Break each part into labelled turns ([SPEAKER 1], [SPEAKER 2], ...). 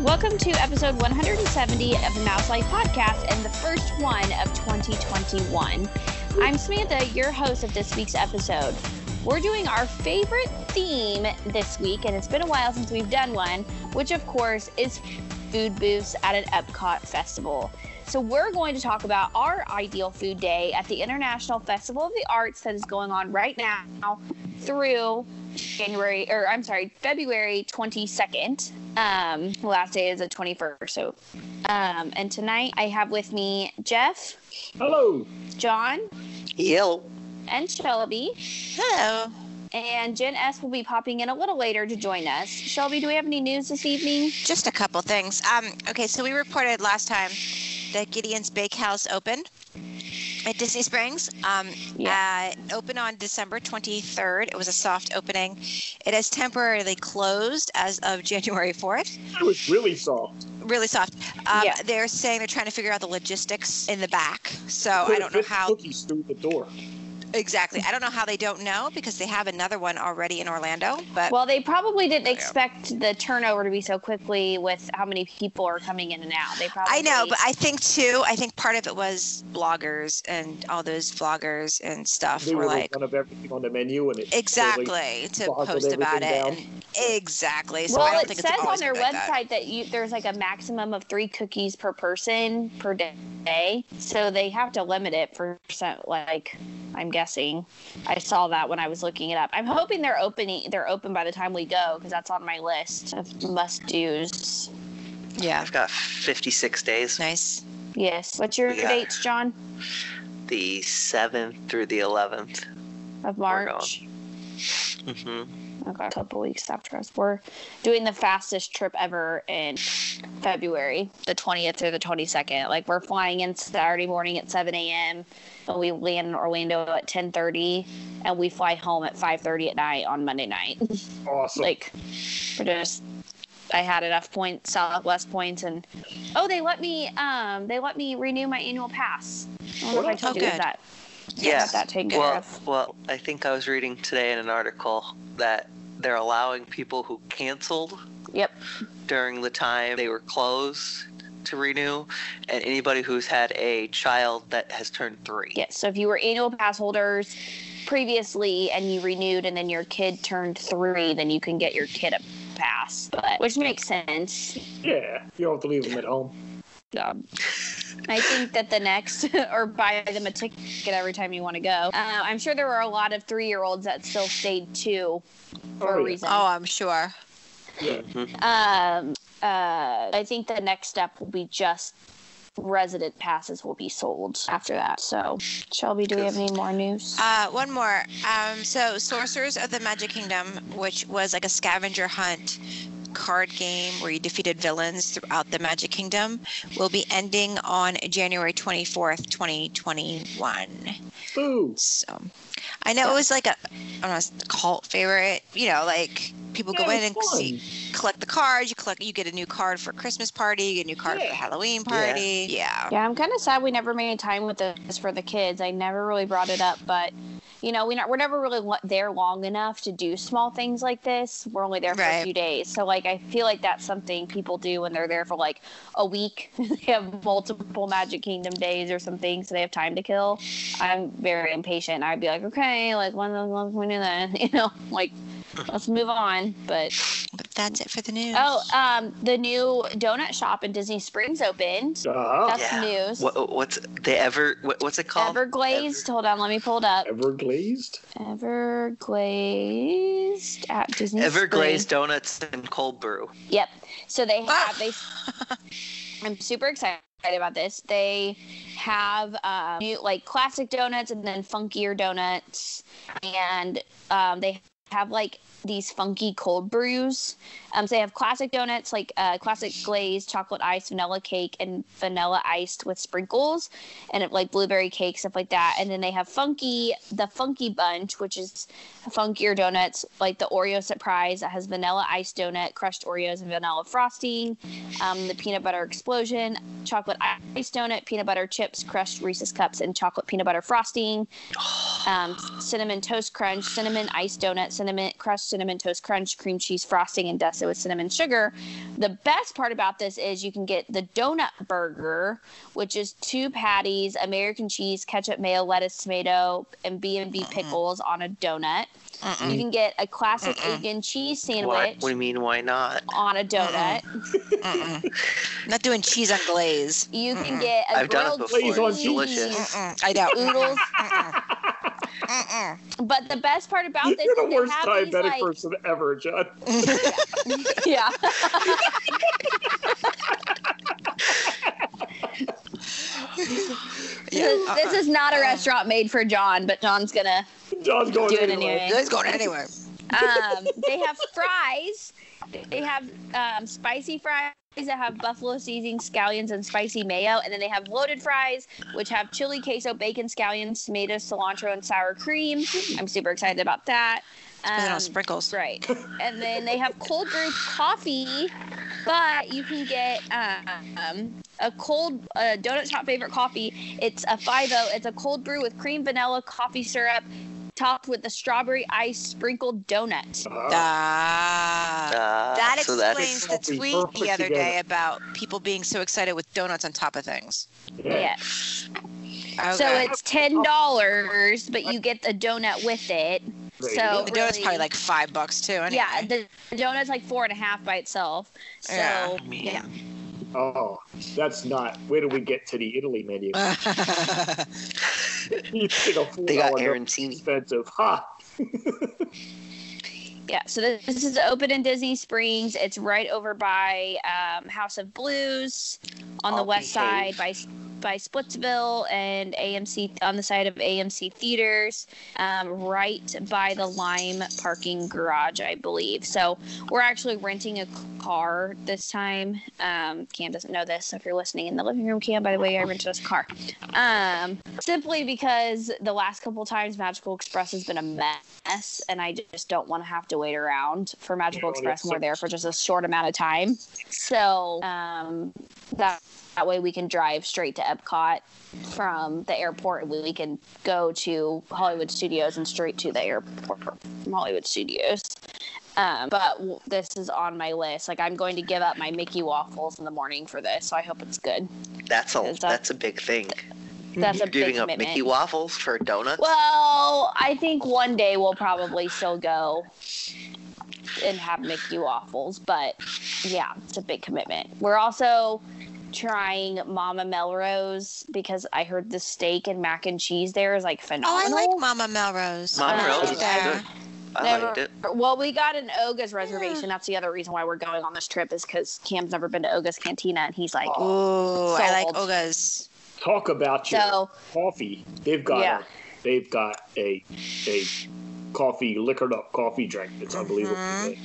[SPEAKER 1] Welcome to episode 170 of the Mouse Life Podcast and the first one of 2021. I'm Samantha, your host of this week's episode. We're doing our favorite theme this week, and it's been a while since we've done one, which of course is food booths at an Epcot festival. So, we're going to talk about our ideal food day at the International Festival of the Arts that is going on right now through January, or I'm sorry, February 22nd. Um, the last day is the 21st. So, um, and tonight I have with me Jeff,
[SPEAKER 2] Hello.
[SPEAKER 1] John,
[SPEAKER 3] Yo.
[SPEAKER 1] and Shelby.
[SPEAKER 3] Hello.
[SPEAKER 1] And Jen S will be popping in a little later to join us. Shelby, do we have any news this evening?
[SPEAKER 3] Just a couple things. Um, okay, so we reported last time that Gideon's Bakehouse opened at Disney Springs. Um, uh, open on December 23rd. It was a soft opening. It has temporarily closed as of January 4th.
[SPEAKER 2] That was really soft.
[SPEAKER 3] Really soft. Um,
[SPEAKER 1] Yeah.
[SPEAKER 3] They're saying they're trying to figure out the logistics in the back. So
[SPEAKER 2] Put
[SPEAKER 3] Oh, I don't know
[SPEAKER 2] fifty
[SPEAKER 3] how
[SPEAKER 2] Cookies through the door.
[SPEAKER 3] exactly. I don't know how they don't know because they have another one already in Orlando. But
[SPEAKER 1] Well, they probably didn't
[SPEAKER 3] Oh, Yeah.
[SPEAKER 1] expect the turnover to be so quickly with how many people are coming in and out. They probably
[SPEAKER 3] I know, but I think too. I think part of it was bloggers and all those vloggers and stuff
[SPEAKER 2] They
[SPEAKER 3] were
[SPEAKER 2] were
[SPEAKER 3] like,
[SPEAKER 2] one of everything on the menu, and it totally-
[SPEAKER 3] exactly to
[SPEAKER 2] boggled
[SPEAKER 3] post about it.
[SPEAKER 2] everything
[SPEAKER 3] And exactly. So I
[SPEAKER 1] well,
[SPEAKER 3] don't
[SPEAKER 1] it
[SPEAKER 3] think
[SPEAKER 1] says
[SPEAKER 3] it's
[SPEAKER 1] on
[SPEAKER 3] always
[SPEAKER 1] their
[SPEAKER 3] been like that.
[SPEAKER 1] website that. you there's like a maximum of three cookies per person per day, so they have to limit it for some. Like, I'm guessing, I saw that when I was looking it up. I'm hoping they're opening. They're open by the time we go because that's on my list of must dos.
[SPEAKER 3] Yeah.
[SPEAKER 4] I've got 56 days,
[SPEAKER 3] Nice.
[SPEAKER 1] Yes. What's your
[SPEAKER 4] Yeah.
[SPEAKER 1] dates, John,
[SPEAKER 4] the 7th through the 11th.
[SPEAKER 1] of
[SPEAKER 4] We're going.
[SPEAKER 1] March?
[SPEAKER 4] hmm
[SPEAKER 1] Okay, a couple weeks after us. We're doing the fastest trip ever in February, the 20th through the 22nd. Like we're flying in Saturday morning at 7 a.m. and we land in Orlando at 10:30, and we fly home at 5:30 at night on Monday night.
[SPEAKER 2] Awesome.
[SPEAKER 1] like we're just. I had enough points, Southwest points, and oh, they let me. Um, they let me renew my annual pass. I don't know if I told
[SPEAKER 3] Oh,
[SPEAKER 1] you
[SPEAKER 3] good.
[SPEAKER 1] that.
[SPEAKER 4] Yeah.
[SPEAKER 1] Got that taken care
[SPEAKER 4] Well,
[SPEAKER 1] of.
[SPEAKER 4] well, I think I was reading today in an article that they're allowing people who canceled
[SPEAKER 1] Yep.
[SPEAKER 4] during the time they were closed to renew, and anybody who's had a child that has turned three.
[SPEAKER 1] Yes. So if you were annual pass holders previously and you renewed and then your kid turned three, then you can get your kid a pass. But which makes sense.
[SPEAKER 2] yeah, you don't have to leave them at home.
[SPEAKER 1] Um, I think that the next, or buy them a ticket every time you want to go. Uh, I'm sure there were a lot of three year olds that still stayed two for
[SPEAKER 2] Oh,
[SPEAKER 1] a
[SPEAKER 2] yeah.
[SPEAKER 1] reason.
[SPEAKER 3] Oh, I'm sure.
[SPEAKER 2] Yeah.
[SPEAKER 4] Mhm.
[SPEAKER 1] Um, uh, I think the next step will be just resident passes will be sold after that. So, Shelby, do we have any more news?
[SPEAKER 3] Uh, one more. Um, so, Sorcerers of the Magic Kingdom, which was like a scavenger hunt card game where you defeated villains throughout the Magic Kingdom, will be ending on January 24th, 2021.
[SPEAKER 2] Boo.
[SPEAKER 3] So I know it was like a, I don't know, it's a cult favorite. You know, like people
[SPEAKER 2] Yeah,
[SPEAKER 3] go in
[SPEAKER 2] it
[SPEAKER 3] and
[SPEAKER 2] was fun.
[SPEAKER 3] see, collect the cards. You collect, you get a new card for Christmas party. You get a new card
[SPEAKER 2] Yeah.
[SPEAKER 3] for Halloween
[SPEAKER 4] Yeah.
[SPEAKER 3] party. Yeah.
[SPEAKER 1] Yeah, I'm kind of sad we never made time with this for the kids. I never really brought it up, but you know, we not, we're never really lo- there long enough to do small things like this. We're only there for a
[SPEAKER 3] Right.
[SPEAKER 1] few days, so like I feel like that's something people do when they're there for like a week. they have multiple Magic Kingdom days or something, so they have time to kill. I'm very impatient. I'd be like, okay, like when when when we do that, you know, like let's move on. But
[SPEAKER 3] But that's it for the news.
[SPEAKER 1] oh, um, the new donut shop in Disney Springs opened.
[SPEAKER 2] Ah,
[SPEAKER 1] That's news.
[SPEAKER 4] What, what's the ever? What, what's it called?
[SPEAKER 1] Everglazed. Hold on, let me pull it up.
[SPEAKER 2] Everglazed.
[SPEAKER 1] Everglazed at Disney.
[SPEAKER 4] Everglazed
[SPEAKER 1] Springs.
[SPEAKER 4] donuts and cold brew.
[SPEAKER 1] Yep. So they
[SPEAKER 3] Ah.
[SPEAKER 1] have they. I'm super excited about this. They have um, new like classic donuts and then funkier donuts, and um, they have like these funky cold brews. Um, so they have classic donuts like uh, classic glazed chocolate ice, vanilla cake, and vanilla iced with sprinkles, and it, like blueberry cake stuff like that. And then they have funky the funky bunch, which is funkier donuts like the Oreo surprise that has vanilla iced donut, crushed Oreos, and vanilla frosting. Um, the peanut butter explosion, chocolate ice donut, peanut butter chips, crushed Reese's cups, and chocolate peanut butter frosting. um, cinnamon toast crunch, cinnamon iced donut, cinnamon crushed cinnamon toast crunch, cream cheese frosting, and dusted with cinnamon sugar. The best part about this is you can get the donut burger, which is two patties, American cheese, ketchup, mayo, lettuce, tomato, and B and B
[SPEAKER 3] Mm-mm.
[SPEAKER 1] pickles on a donut.
[SPEAKER 3] Mm-mm.
[SPEAKER 1] You can get a classic
[SPEAKER 3] Mm-mm.
[SPEAKER 1] egg and cheese
[SPEAKER 4] Why,
[SPEAKER 1] sandwich
[SPEAKER 4] what do you mean? Why not?
[SPEAKER 1] on a donut.
[SPEAKER 3] Mm-mm. Not doing cheese on glaze.
[SPEAKER 1] You can
[SPEAKER 3] Mm-mm.
[SPEAKER 1] get a
[SPEAKER 4] I've done it
[SPEAKER 1] grilled
[SPEAKER 4] before.
[SPEAKER 2] Please on
[SPEAKER 4] It's
[SPEAKER 2] cheese.
[SPEAKER 4] delicious.
[SPEAKER 3] Mm-mm. I doubt.
[SPEAKER 1] Oodles.
[SPEAKER 3] Mm-mm. Mm-mm.
[SPEAKER 1] But the best part about this
[SPEAKER 2] You're the
[SPEAKER 1] is they
[SPEAKER 2] worst
[SPEAKER 1] have these,
[SPEAKER 2] diabetic
[SPEAKER 1] like,
[SPEAKER 2] person ever, John.
[SPEAKER 3] Mm-mm.
[SPEAKER 1] yeah. this, this is not a restaurant made for John, but John's gonna.
[SPEAKER 2] John's going
[SPEAKER 1] Do it
[SPEAKER 2] anyway.
[SPEAKER 1] anyway.
[SPEAKER 3] It's going anywhere.
[SPEAKER 1] Um, they have fries. They have um, spicy fries that have buffalo seasoning, scallions, and spicy mayo, and then they have loaded fries, which have chili, queso, bacon, scallions, tomatoes, cilantro, and sour cream. I'm super excited about that.
[SPEAKER 3] Put it
[SPEAKER 1] Um,
[SPEAKER 3] on sprinkles.
[SPEAKER 1] Right. And then they have cold brew coffee, but you can get um, a cold uh, donut shop favorite coffee. It's a 5 It's a cold brew with cream, vanilla, coffee syrup, topped with a strawberry ice sprinkled donut.
[SPEAKER 2] Ah,
[SPEAKER 3] Ah.
[SPEAKER 4] Uh,
[SPEAKER 3] that
[SPEAKER 4] so
[SPEAKER 3] explains
[SPEAKER 4] that's
[SPEAKER 3] the
[SPEAKER 2] That'd be
[SPEAKER 3] tweet
[SPEAKER 2] perfect
[SPEAKER 3] the other
[SPEAKER 2] together.
[SPEAKER 3] day about people being so excited with donuts on top of things. Oh,
[SPEAKER 2] yeah.
[SPEAKER 1] Yes.
[SPEAKER 3] Okay.
[SPEAKER 1] So it's ten dollars, but you get the donut with it.
[SPEAKER 2] There you
[SPEAKER 1] So
[SPEAKER 2] go.
[SPEAKER 3] the donut's
[SPEAKER 1] Oh, really-
[SPEAKER 3] probably like five bucks too. Anyway.
[SPEAKER 1] Yeah, the the donut's like four and a half by itself. So
[SPEAKER 3] Yeah.
[SPEAKER 4] Man.
[SPEAKER 1] yeah.
[SPEAKER 2] Oh, that's not. Where do we get to the Italy menu? You think a
[SPEAKER 4] They got
[SPEAKER 2] $4
[SPEAKER 4] Arancini.
[SPEAKER 2] expensive. Ha!
[SPEAKER 1] Yeah, so this, this is open in Disney Springs. It's right over by um, House of Blues on the
[SPEAKER 4] I'll
[SPEAKER 1] west
[SPEAKER 4] behave.
[SPEAKER 1] side by by Splitsville and AMC on the side of AMC Theaters, um, right by the Lime parking garage, I believe. So we're actually renting a car this time. Um, Cam doesn't know this, so if you're listening in the living room, Cam, by the way, I rented us a car. Um, simply because the last couple times Magical Express has been a mess, and I just don't want to have to wait around for Magical
[SPEAKER 2] Yeah,
[SPEAKER 1] Express
[SPEAKER 2] yeah,
[SPEAKER 1] when we're
[SPEAKER 2] so-
[SPEAKER 1] there for just a short amount of time. So um, that that way we can drive straight to Epcot from the airport, and we can go to Hollywood Studios and straight to the airport from Hollywood Studios. Um, but w- this is on my list. Like I'm going to give up my Mickey waffles in the morning for this, so I hope it's good.
[SPEAKER 4] That's a
[SPEAKER 1] Is that-
[SPEAKER 4] that's a big thing.
[SPEAKER 1] That's
[SPEAKER 4] You're
[SPEAKER 1] a big
[SPEAKER 4] giving up
[SPEAKER 1] commitment.
[SPEAKER 4] Mickey waffles for donuts.
[SPEAKER 1] Well, I think one day we'll probably still go and have Mickey waffles, but yeah, it's a big commitment. We're also trying Mama Melrose because I heard the steak and mac and cheese there is like
[SPEAKER 3] Oh, I
[SPEAKER 1] phenomenal.
[SPEAKER 3] like Mama Melrose.
[SPEAKER 4] Mama
[SPEAKER 1] Uh,
[SPEAKER 4] Rose is
[SPEAKER 3] There.
[SPEAKER 4] good. I liked it.
[SPEAKER 1] Well, we got an Oga's reservation. That's the other reason why we're going on this trip is because Cam's never been to Oga's Cantina, and he's like,
[SPEAKER 2] Oh,
[SPEAKER 3] Ooh, I like
[SPEAKER 1] Sold.
[SPEAKER 3] Oga's.
[SPEAKER 2] Talk about your
[SPEAKER 1] so
[SPEAKER 2] coffee. They've got
[SPEAKER 1] Yeah.
[SPEAKER 2] a, they've got a a coffee liquored up coffee drink. It's unbelievable.
[SPEAKER 3] Mhm.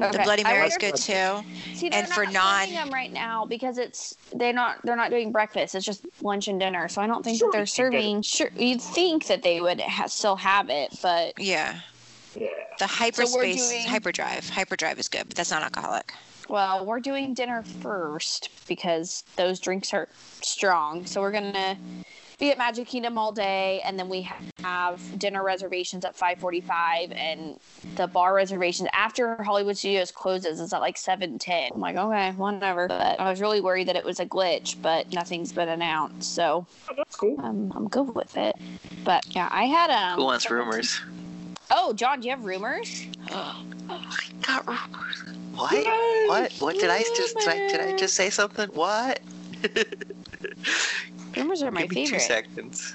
[SPEAKER 3] The
[SPEAKER 1] Okay.
[SPEAKER 3] Bloody
[SPEAKER 1] I
[SPEAKER 3] Mary's
[SPEAKER 1] wonder-
[SPEAKER 3] good too.
[SPEAKER 1] See, they're
[SPEAKER 3] And for
[SPEAKER 1] not
[SPEAKER 3] non-
[SPEAKER 1] serving them right now because it's they're not they're not doing breakfast. It's just lunch and dinner. So I don't think
[SPEAKER 2] Sure,
[SPEAKER 1] that they're
[SPEAKER 2] you can get it.
[SPEAKER 1] serving. Sure, you'd think that they would ha- still have it, but
[SPEAKER 3] Yeah.
[SPEAKER 2] Yeah.
[SPEAKER 3] The hyperspace,
[SPEAKER 1] doing-
[SPEAKER 3] hyperdrive. Hyperdrive is good, but that's not alcoholic.
[SPEAKER 1] well, we're doing dinner first because those drinks are strong. So we're gonna be at Magic Kingdom all day, and then we ha- have dinner reservations at five forty-five, and the bar reservations after Hollywood Studios closes is at like seven ten. I'm like, okay, whatever. But I was really worried that it was a glitch, but nothing's been announced. So.
[SPEAKER 2] Oh, that's cool.
[SPEAKER 1] I'm, I'm good with it. But yeah, I had um.
[SPEAKER 4] Who wants rumors?
[SPEAKER 1] Oh, John, do you have rumors?
[SPEAKER 4] I got rumors. What? What? What did I just did I, did I just say something? What?
[SPEAKER 1] Rumors are my
[SPEAKER 4] Give me two
[SPEAKER 1] favorite.
[SPEAKER 4] seconds.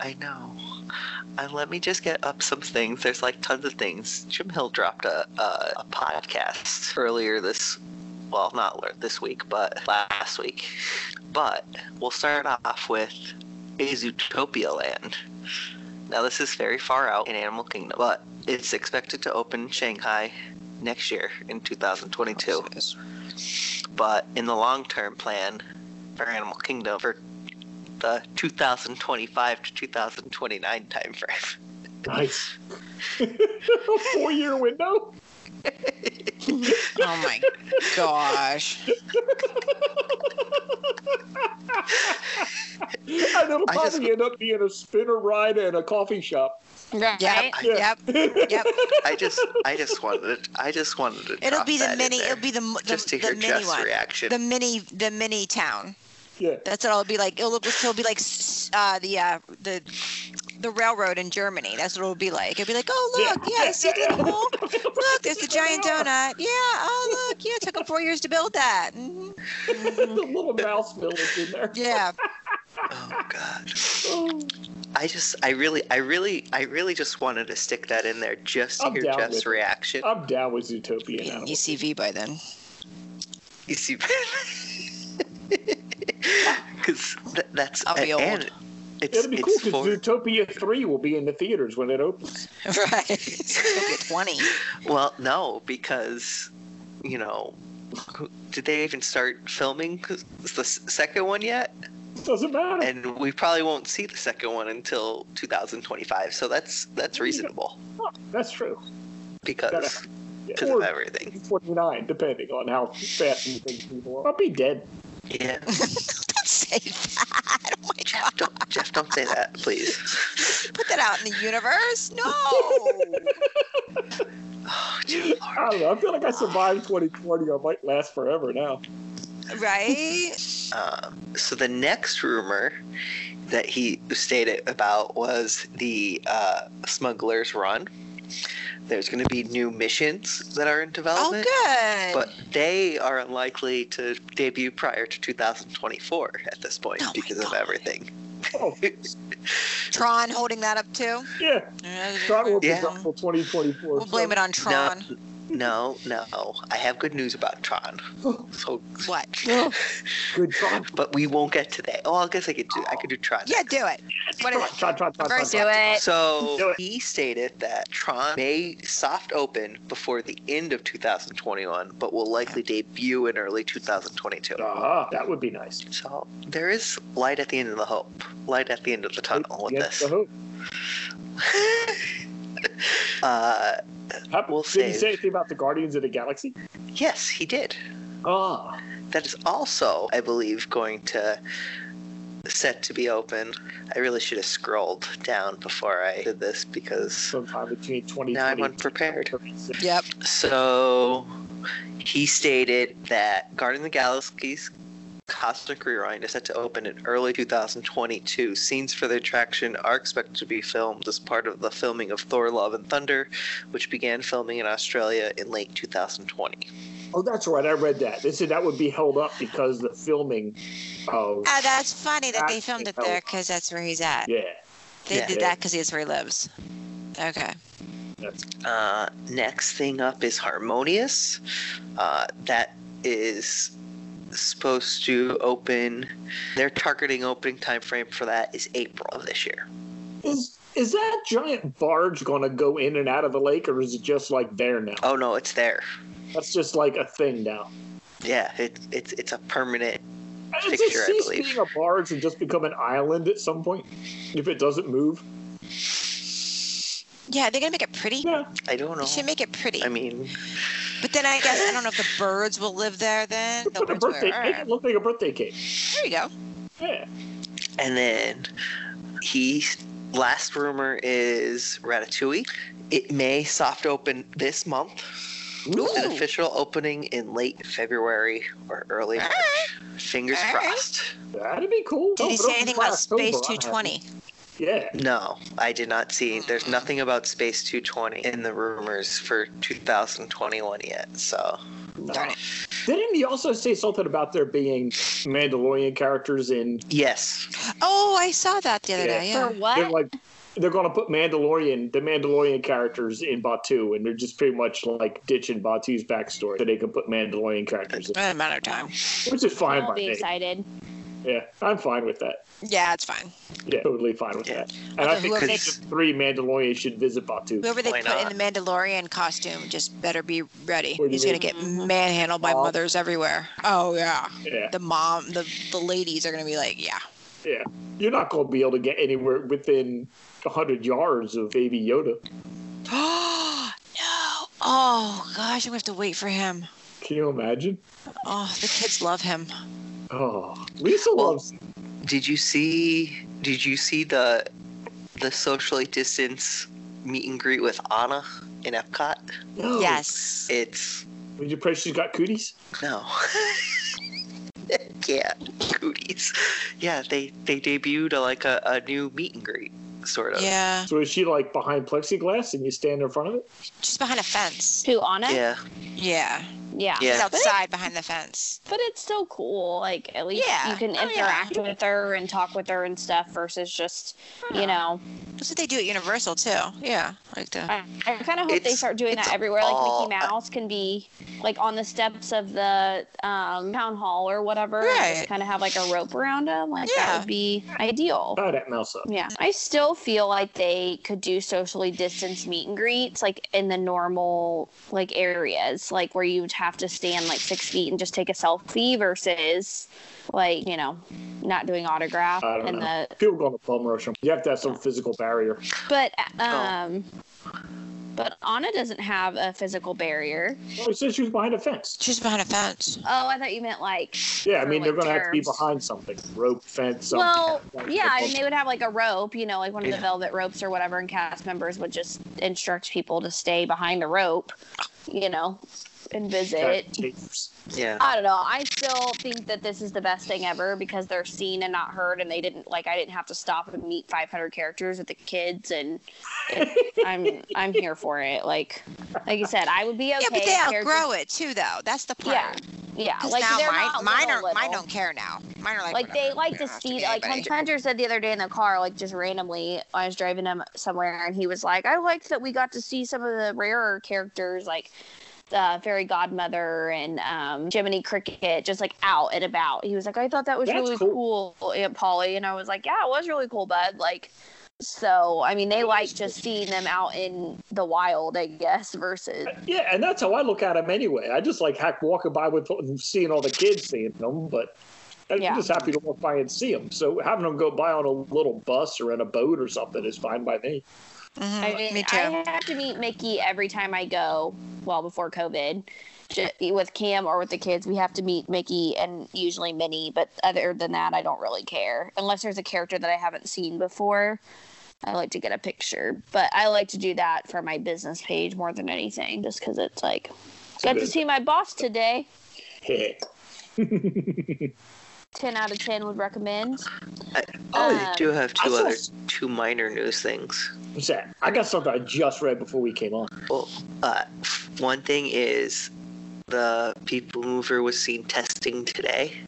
[SPEAKER 4] I know. And let me just get up some things. There's like tons of things. Jim Hill dropped a, a, a podcast earlier this, well, not le- this week, but last week. But we'll start off with is Utopia Land. Now, this is very far out in Animal Kingdom, but it's expected to open in Shanghai next year in 2022. But in the long term plan for Animal Kingdom for the 2025 to 2029 timeframe.
[SPEAKER 2] Nice. a four year window.
[SPEAKER 3] Oh my gosh.
[SPEAKER 2] And it'll
[SPEAKER 4] I just-
[SPEAKER 2] probably end up being a spinner ride and a coffee shop.
[SPEAKER 1] Right?
[SPEAKER 3] Yep.
[SPEAKER 2] Yeah.
[SPEAKER 3] Yep. Yep.
[SPEAKER 4] I just, I just wanted, I just wanted to.
[SPEAKER 3] It'll
[SPEAKER 4] drop
[SPEAKER 3] be the
[SPEAKER 4] that in
[SPEAKER 3] mini.
[SPEAKER 4] there,
[SPEAKER 3] It'll be the m- the,
[SPEAKER 4] just to
[SPEAKER 3] the
[SPEAKER 4] hear
[SPEAKER 3] mini
[SPEAKER 4] Jeff's
[SPEAKER 3] one.
[SPEAKER 4] reaction.
[SPEAKER 3] The mini. The mini town.
[SPEAKER 2] yeah.
[SPEAKER 3] That's what it'll be like. It'll, it'll be like s- uh, the uh, the the railroad in Germany. That's what it'll be like. It'll be like, oh
[SPEAKER 2] Yeah.
[SPEAKER 3] look, yeah, see
[SPEAKER 2] Yeah.
[SPEAKER 3] the hole? Look, there's the giant donut. Yeah, oh look, yeah, it took them four years to build that. hmm
[SPEAKER 2] the little mouse village in there.
[SPEAKER 3] Yeah,
[SPEAKER 4] oh God.
[SPEAKER 2] Oh,
[SPEAKER 4] I just, I really, I really, I really just wanted to stick that in there just to
[SPEAKER 2] I'm
[SPEAKER 4] hear
[SPEAKER 2] down
[SPEAKER 4] Jeff's
[SPEAKER 2] with it. Oh.
[SPEAKER 4] reaction.
[SPEAKER 2] I'm down with Zootopia now.
[SPEAKER 3] UCV E by then.
[SPEAKER 4] You see, because th- that's
[SPEAKER 3] I'll be old.
[SPEAKER 4] and it's
[SPEAKER 2] It'll be cool
[SPEAKER 4] it's
[SPEAKER 2] because
[SPEAKER 4] for,
[SPEAKER 2] Zootopia 3 will be in the theaters when it opens.
[SPEAKER 3] Right. It'll be twenty.
[SPEAKER 4] well, no, because you know, who- did they even start filming 'cause the s- second one yet?
[SPEAKER 2] Doesn't matter.
[SPEAKER 4] And we probably won't see the second one until 2025. So that's that's reasonable
[SPEAKER 2] That's true.
[SPEAKER 4] because
[SPEAKER 2] Yeah.
[SPEAKER 4] because of
[SPEAKER 2] Or
[SPEAKER 4] everything.
[SPEAKER 2] 49, depending on how fast you think people are. I'll be dead.
[SPEAKER 4] Yeah,
[SPEAKER 3] Don't say that. Oh my god.
[SPEAKER 4] Jeff, don't Jeff, don't say that, please.
[SPEAKER 3] Put that out in the universe. No.
[SPEAKER 4] Oh, dear Lord.
[SPEAKER 2] I don't know. I feel like I survived 2020. I might last forever now.
[SPEAKER 3] right.
[SPEAKER 4] Um, so the next rumor that he stated about was the uh, Smuggler's Run. There's going to be new missions that are in
[SPEAKER 3] Oh,
[SPEAKER 4] development,
[SPEAKER 3] good.
[SPEAKER 4] but they are unlikely to debut prior to 2024 at this point
[SPEAKER 3] Oh my
[SPEAKER 4] because of
[SPEAKER 3] God.
[SPEAKER 4] everything.
[SPEAKER 2] Oh,
[SPEAKER 3] Tron holding that up too.
[SPEAKER 2] yeah. Tron will be
[SPEAKER 4] Yeah.
[SPEAKER 2] up till 2024.
[SPEAKER 3] We'll blame it on Tron.
[SPEAKER 4] No, no, I have good news about Tron.
[SPEAKER 3] Oh.
[SPEAKER 4] So,
[SPEAKER 3] What?
[SPEAKER 2] Good Tron.
[SPEAKER 4] but we won't get to that. Oh, I guess I could do. I could do Tron.
[SPEAKER 3] Yeah, do it. What is
[SPEAKER 2] Tron,
[SPEAKER 3] it?
[SPEAKER 2] Tron, Tron, Tron,
[SPEAKER 3] Reverse
[SPEAKER 2] Tron,
[SPEAKER 1] Do it.
[SPEAKER 2] Do
[SPEAKER 4] So
[SPEAKER 2] it.
[SPEAKER 4] he stated that Tron may soft open before the end of 2021, but will likely debut in early 2022.
[SPEAKER 2] Ah, that would be nice.
[SPEAKER 4] So there is light at the end of the hope, light at the end of the tunnel with
[SPEAKER 2] Against
[SPEAKER 4] this.
[SPEAKER 2] the hope.
[SPEAKER 4] Uh,
[SPEAKER 2] How,
[SPEAKER 4] We'll
[SPEAKER 2] did he
[SPEAKER 4] save.
[SPEAKER 2] say anything about the Guardians of the Galaxy?
[SPEAKER 4] yes, he did.
[SPEAKER 2] Ah,
[SPEAKER 4] That is also, I believe, going to set to be open. I really should have scrolled down before I did this because
[SPEAKER 2] sometime between 2020.
[SPEAKER 4] now I'm unprepared.
[SPEAKER 3] Yep.
[SPEAKER 4] So he stated that Guardian of the Galaxy's Cosmic Rewind is set to open in early 2022. Scenes for the attraction are expected to be filmed as part of the filming of Thor Love and Thunder, which began filming in Australia in late 2020.
[SPEAKER 2] Oh, that's right. I read that. They said that would be held up because the filming of.
[SPEAKER 3] Ah, that's funny that they filmed it there because that's where he's at.
[SPEAKER 2] Yeah.
[SPEAKER 3] They
[SPEAKER 4] Yeah.
[SPEAKER 3] did that because that's where he lives. Okay.
[SPEAKER 4] Uh, next thing up is Harmonious. Uh, that is supposed to open, their targeting opening time frame for that is April of this year.
[SPEAKER 2] Is is that giant barge going to go in and out of the lake, or is it just like there now?
[SPEAKER 3] Uh,
[SPEAKER 4] Oh no, it's there.
[SPEAKER 2] That's just like a thing now.
[SPEAKER 4] Yeah, it, it's it's a permanent.
[SPEAKER 2] Does it
[SPEAKER 4] Picture, I
[SPEAKER 2] cease
[SPEAKER 4] believe.
[SPEAKER 2] being a barge and just become an island at some point if it doesn't move?
[SPEAKER 3] Yeah, they're gonna make it pretty.
[SPEAKER 2] Yeah.
[SPEAKER 4] I don't
[SPEAKER 3] They
[SPEAKER 4] know.
[SPEAKER 3] should make it pretty.
[SPEAKER 4] I mean,
[SPEAKER 3] but then I guess I don't know if the birds will live there. Then The
[SPEAKER 2] Put a
[SPEAKER 3] birds will-
[SPEAKER 2] birthday,
[SPEAKER 3] all
[SPEAKER 2] make
[SPEAKER 3] right.
[SPEAKER 2] it look like a birthday cake.
[SPEAKER 3] There you go.
[SPEAKER 2] Yeah.
[SPEAKER 4] and then he last rumor is Ratatouille. It may soft open this month. with An
[SPEAKER 3] Ooh.
[SPEAKER 4] official opening in late February or early
[SPEAKER 3] All
[SPEAKER 4] March. Fingers
[SPEAKER 3] Ah, All right.
[SPEAKER 4] crossed.
[SPEAKER 2] That'd be cool.
[SPEAKER 3] Did
[SPEAKER 2] Oh,
[SPEAKER 3] he
[SPEAKER 2] but
[SPEAKER 3] say
[SPEAKER 2] I'm
[SPEAKER 3] anything about
[SPEAKER 2] October,
[SPEAKER 3] Space
[SPEAKER 2] I'm happy.
[SPEAKER 3] 220?
[SPEAKER 2] Yeah.
[SPEAKER 4] No, I did not see. There's
[SPEAKER 3] Mm.
[SPEAKER 4] nothing about Space 220 in the rumors for 2021 yet. So
[SPEAKER 3] Darn it.
[SPEAKER 2] Didn't he also say something about there being Mandalorian characters in
[SPEAKER 4] yes,
[SPEAKER 3] Oh, I saw that the other
[SPEAKER 2] Yeah.
[SPEAKER 3] day.
[SPEAKER 1] For
[SPEAKER 3] Yeah.
[SPEAKER 1] what?
[SPEAKER 2] they're like they're gonna put Mandalorian the Mandalorian characters in Batu and they're just pretty much like ditching Batu's backstory that they can put Mandalorian characters in.
[SPEAKER 3] Not a matter of time.
[SPEAKER 2] Which is fine
[SPEAKER 1] I'll
[SPEAKER 2] by
[SPEAKER 1] be
[SPEAKER 2] me.
[SPEAKER 1] excited.
[SPEAKER 2] Yeah. I'm fine with that.
[SPEAKER 3] Yeah, it's fine.
[SPEAKER 2] Yeah, totally fine with
[SPEAKER 4] Yeah.
[SPEAKER 2] that. And I
[SPEAKER 3] Okay,
[SPEAKER 2] think
[SPEAKER 3] whoever
[SPEAKER 2] the
[SPEAKER 3] they-
[SPEAKER 2] three Mandalorians should visit Batu.
[SPEAKER 3] Whoever they
[SPEAKER 4] Why
[SPEAKER 3] put
[SPEAKER 4] not?
[SPEAKER 3] in the Mandalorian costume just better be ready.
[SPEAKER 2] What do you
[SPEAKER 3] He's gonna
[SPEAKER 2] mean?
[SPEAKER 3] get manhandled by
[SPEAKER 2] Mom?
[SPEAKER 3] mothers everywhere. Oh yeah.
[SPEAKER 2] Yeah.
[SPEAKER 3] The mom, the the ladies are gonna be like, yeah.
[SPEAKER 2] You're not gonna be able to get anywhere within hundred yards of baby Yoda.
[SPEAKER 3] Oh no. Oh gosh, I'm gonna have to wait for him.
[SPEAKER 2] Can you imagine?
[SPEAKER 3] Oh, the kids love him.
[SPEAKER 2] Oh Lisa
[SPEAKER 4] Well,
[SPEAKER 2] loves
[SPEAKER 4] Did you see? Did you see the the socially distance meet and greet with Anna in Epcot.
[SPEAKER 3] Yes.
[SPEAKER 4] It's
[SPEAKER 2] Would you pray she's got cooties?
[SPEAKER 4] no. yeah, cooties. Yeah, they they debuted a, like a, a new meet and greet sort of.
[SPEAKER 3] Yeah.
[SPEAKER 2] So is she like behind plexiglass and you stand in front of it?
[SPEAKER 3] She's behind a fence.
[SPEAKER 1] Who Anna?
[SPEAKER 4] Yeah.
[SPEAKER 3] Yeah.
[SPEAKER 1] Yeah.
[SPEAKER 4] Yeah.
[SPEAKER 3] She's
[SPEAKER 1] But, it-
[SPEAKER 3] outside behind the fence.
[SPEAKER 1] but it's still cool. Like at least
[SPEAKER 3] Yeah.
[SPEAKER 1] you can
[SPEAKER 3] Oh, yeah.
[SPEAKER 1] interact with her and talk with her and stuff versus just you know.
[SPEAKER 3] That's what they do at Universal too. Yeah. Like the
[SPEAKER 1] I, I kind of hope they
[SPEAKER 4] It's-
[SPEAKER 1] start doing
[SPEAKER 4] it's
[SPEAKER 1] that everywhere. Like
[SPEAKER 4] all-
[SPEAKER 1] Mickey Mouse can be like on the steps of the um, town hall or whatever. And
[SPEAKER 3] Right.
[SPEAKER 1] just kind of have like a rope around him. Like that
[SPEAKER 3] Yeah.
[SPEAKER 1] would be ideal.
[SPEAKER 2] Tie that mouse up.
[SPEAKER 1] Yeah, I still feel like they could do socially distanced meet and greets, like in the normal like areas, like where you'd have to stand like six feet and just take a selfie versus like you know not doing autograph
[SPEAKER 2] I don't
[SPEAKER 1] and
[SPEAKER 2] know.
[SPEAKER 1] the
[SPEAKER 2] People going to bum rush them. You have to have some physical barrier.
[SPEAKER 1] but
[SPEAKER 2] Oh.
[SPEAKER 1] um but Anna doesn't have a physical barrier.
[SPEAKER 2] Well, it says she was behind a fence.
[SPEAKER 3] she's behind a fence.
[SPEAKER 1] Oh, I thought you meant like
[SPEAKER 2] Yeah, I
[SPEAKER 1] For,
[SPEAKER 2] mean they're
[SPEAKER 1] like,
[SPEAKER 2] going to have to be
[SPEAKER 1] terms.
[SPEAKER 2] behind something, rope, fence. something.
[SPEAKER 1] well,
[SPEAKER 2] Like,
[SPEAKER 1] yeah.
[SPEAKER 2] like,
[SPEAKER 1] I mean, they would have like a rope, you know, like one of
[SPEAKER 4] Yeah.
[SPEAKER 1] the velvet ropes or whatever, and cast members would just instruct people to stay behind the rope, you know, and visit.
[SPEAKER 2] cat tapes.
[SPEAKER 4] Yeah.
[SPEAKER 1] I don't know. I still think that this is the best thing ever because they're seen and not heard, and they didn't like. I didn't have to stop and meet 500 characters with the kids, and it- I'm I'm here for it. Like, like you said, I would be okay.
[SPEAKER 3] yeah, but
[SPEAKER 1] if
[SPEAKER 3] they
[SPEAKER 1] characters-
[SPEAKER 3] outgrow it too, though. That's the part.
[SPEAKER 1] Yeah, yeah.
[SPEAKER 3] 'Cause
[SPEAKER 1] Like
[SPEAKER 3] now
[SPEAKER 1] they're
[SPEAKER 3] mine,
[SPEAKER 1] not
[SPEAKER 3] mine
[SPEAKER 1] little,
[SPEAKER 3] are mine
[SPEAKER 1] little
[SPEAKER 3] don't care now. Mine are like
[SPEAKER 1] like they
[SPEAKER 3] whatever.
[SPEAKER 1] like to
[SPEAKER 3] We don't have
[SPEAKER 1] see
[SPEAKER 3] meet
[SPEAKER 1] like Tom
[SPEAKER 3] anybody.
[SPEAKER 1] Hunter said the other day in the car, like just randomly, I was driving him somewhere and he was like, I liked that we got to see some of the rarer characters like the fairy godmother and um Jiminy Cricket just like out and about. He was like, I thought that was
[SPEAKER 2] That's
[SPEAKER 1] really
[SPEAKER 2] cool.
[SPEAKER 1] cool. Aunt Polly and I was like, Yeah, it was really cool, bud. Like so I mean they like just seeing them out in the wild, I guess, versus
[SPEAKER 2] Yeah, and that's how I look at them anyway. I just like hack walking by with seeing all the kids seeing them, but I'm
[SPEAKER 1] Yeah.
[SPEAKER 2] just happy to walk by and see them. So having them go by on a little bus or in a boat or something is fine by me.
[SPEAKER 3] Mhm,
[SPEAKER 1] I mean,
[SPEAKER 3] me too.
[SPEAKER 1] I have to meet Mickey every time I go. Well, before COVID, ju- with Cam or with the kids, we have to meet Mickey and usually Minnie. But other than that, I don't really care unless there's a character that I haven't seen before. I like to get a picture, but I like to do that for my business page more than anything, just because it's like got to see my boss today.
[SPEAKER 2] Yeah.
[SPEAKER 1] Ten out of ten would recommend.
[SPEAKER 4] Oh,
[SPEAKER 1] Um,
[SPEAKER 4] I do have
[SPEAKER 2] I
[SPEAKER 4] two
[SPEAKER 2] saw
[SPEAKER 4] other
[SPEAKER 2] s-
[SPEAKER 4] two minor news things.
[SPEAKER 2] What's that? I got something I just read before we came on.
[SPEAKER 4] Well, uh, one thing is the people mover was seen testing today,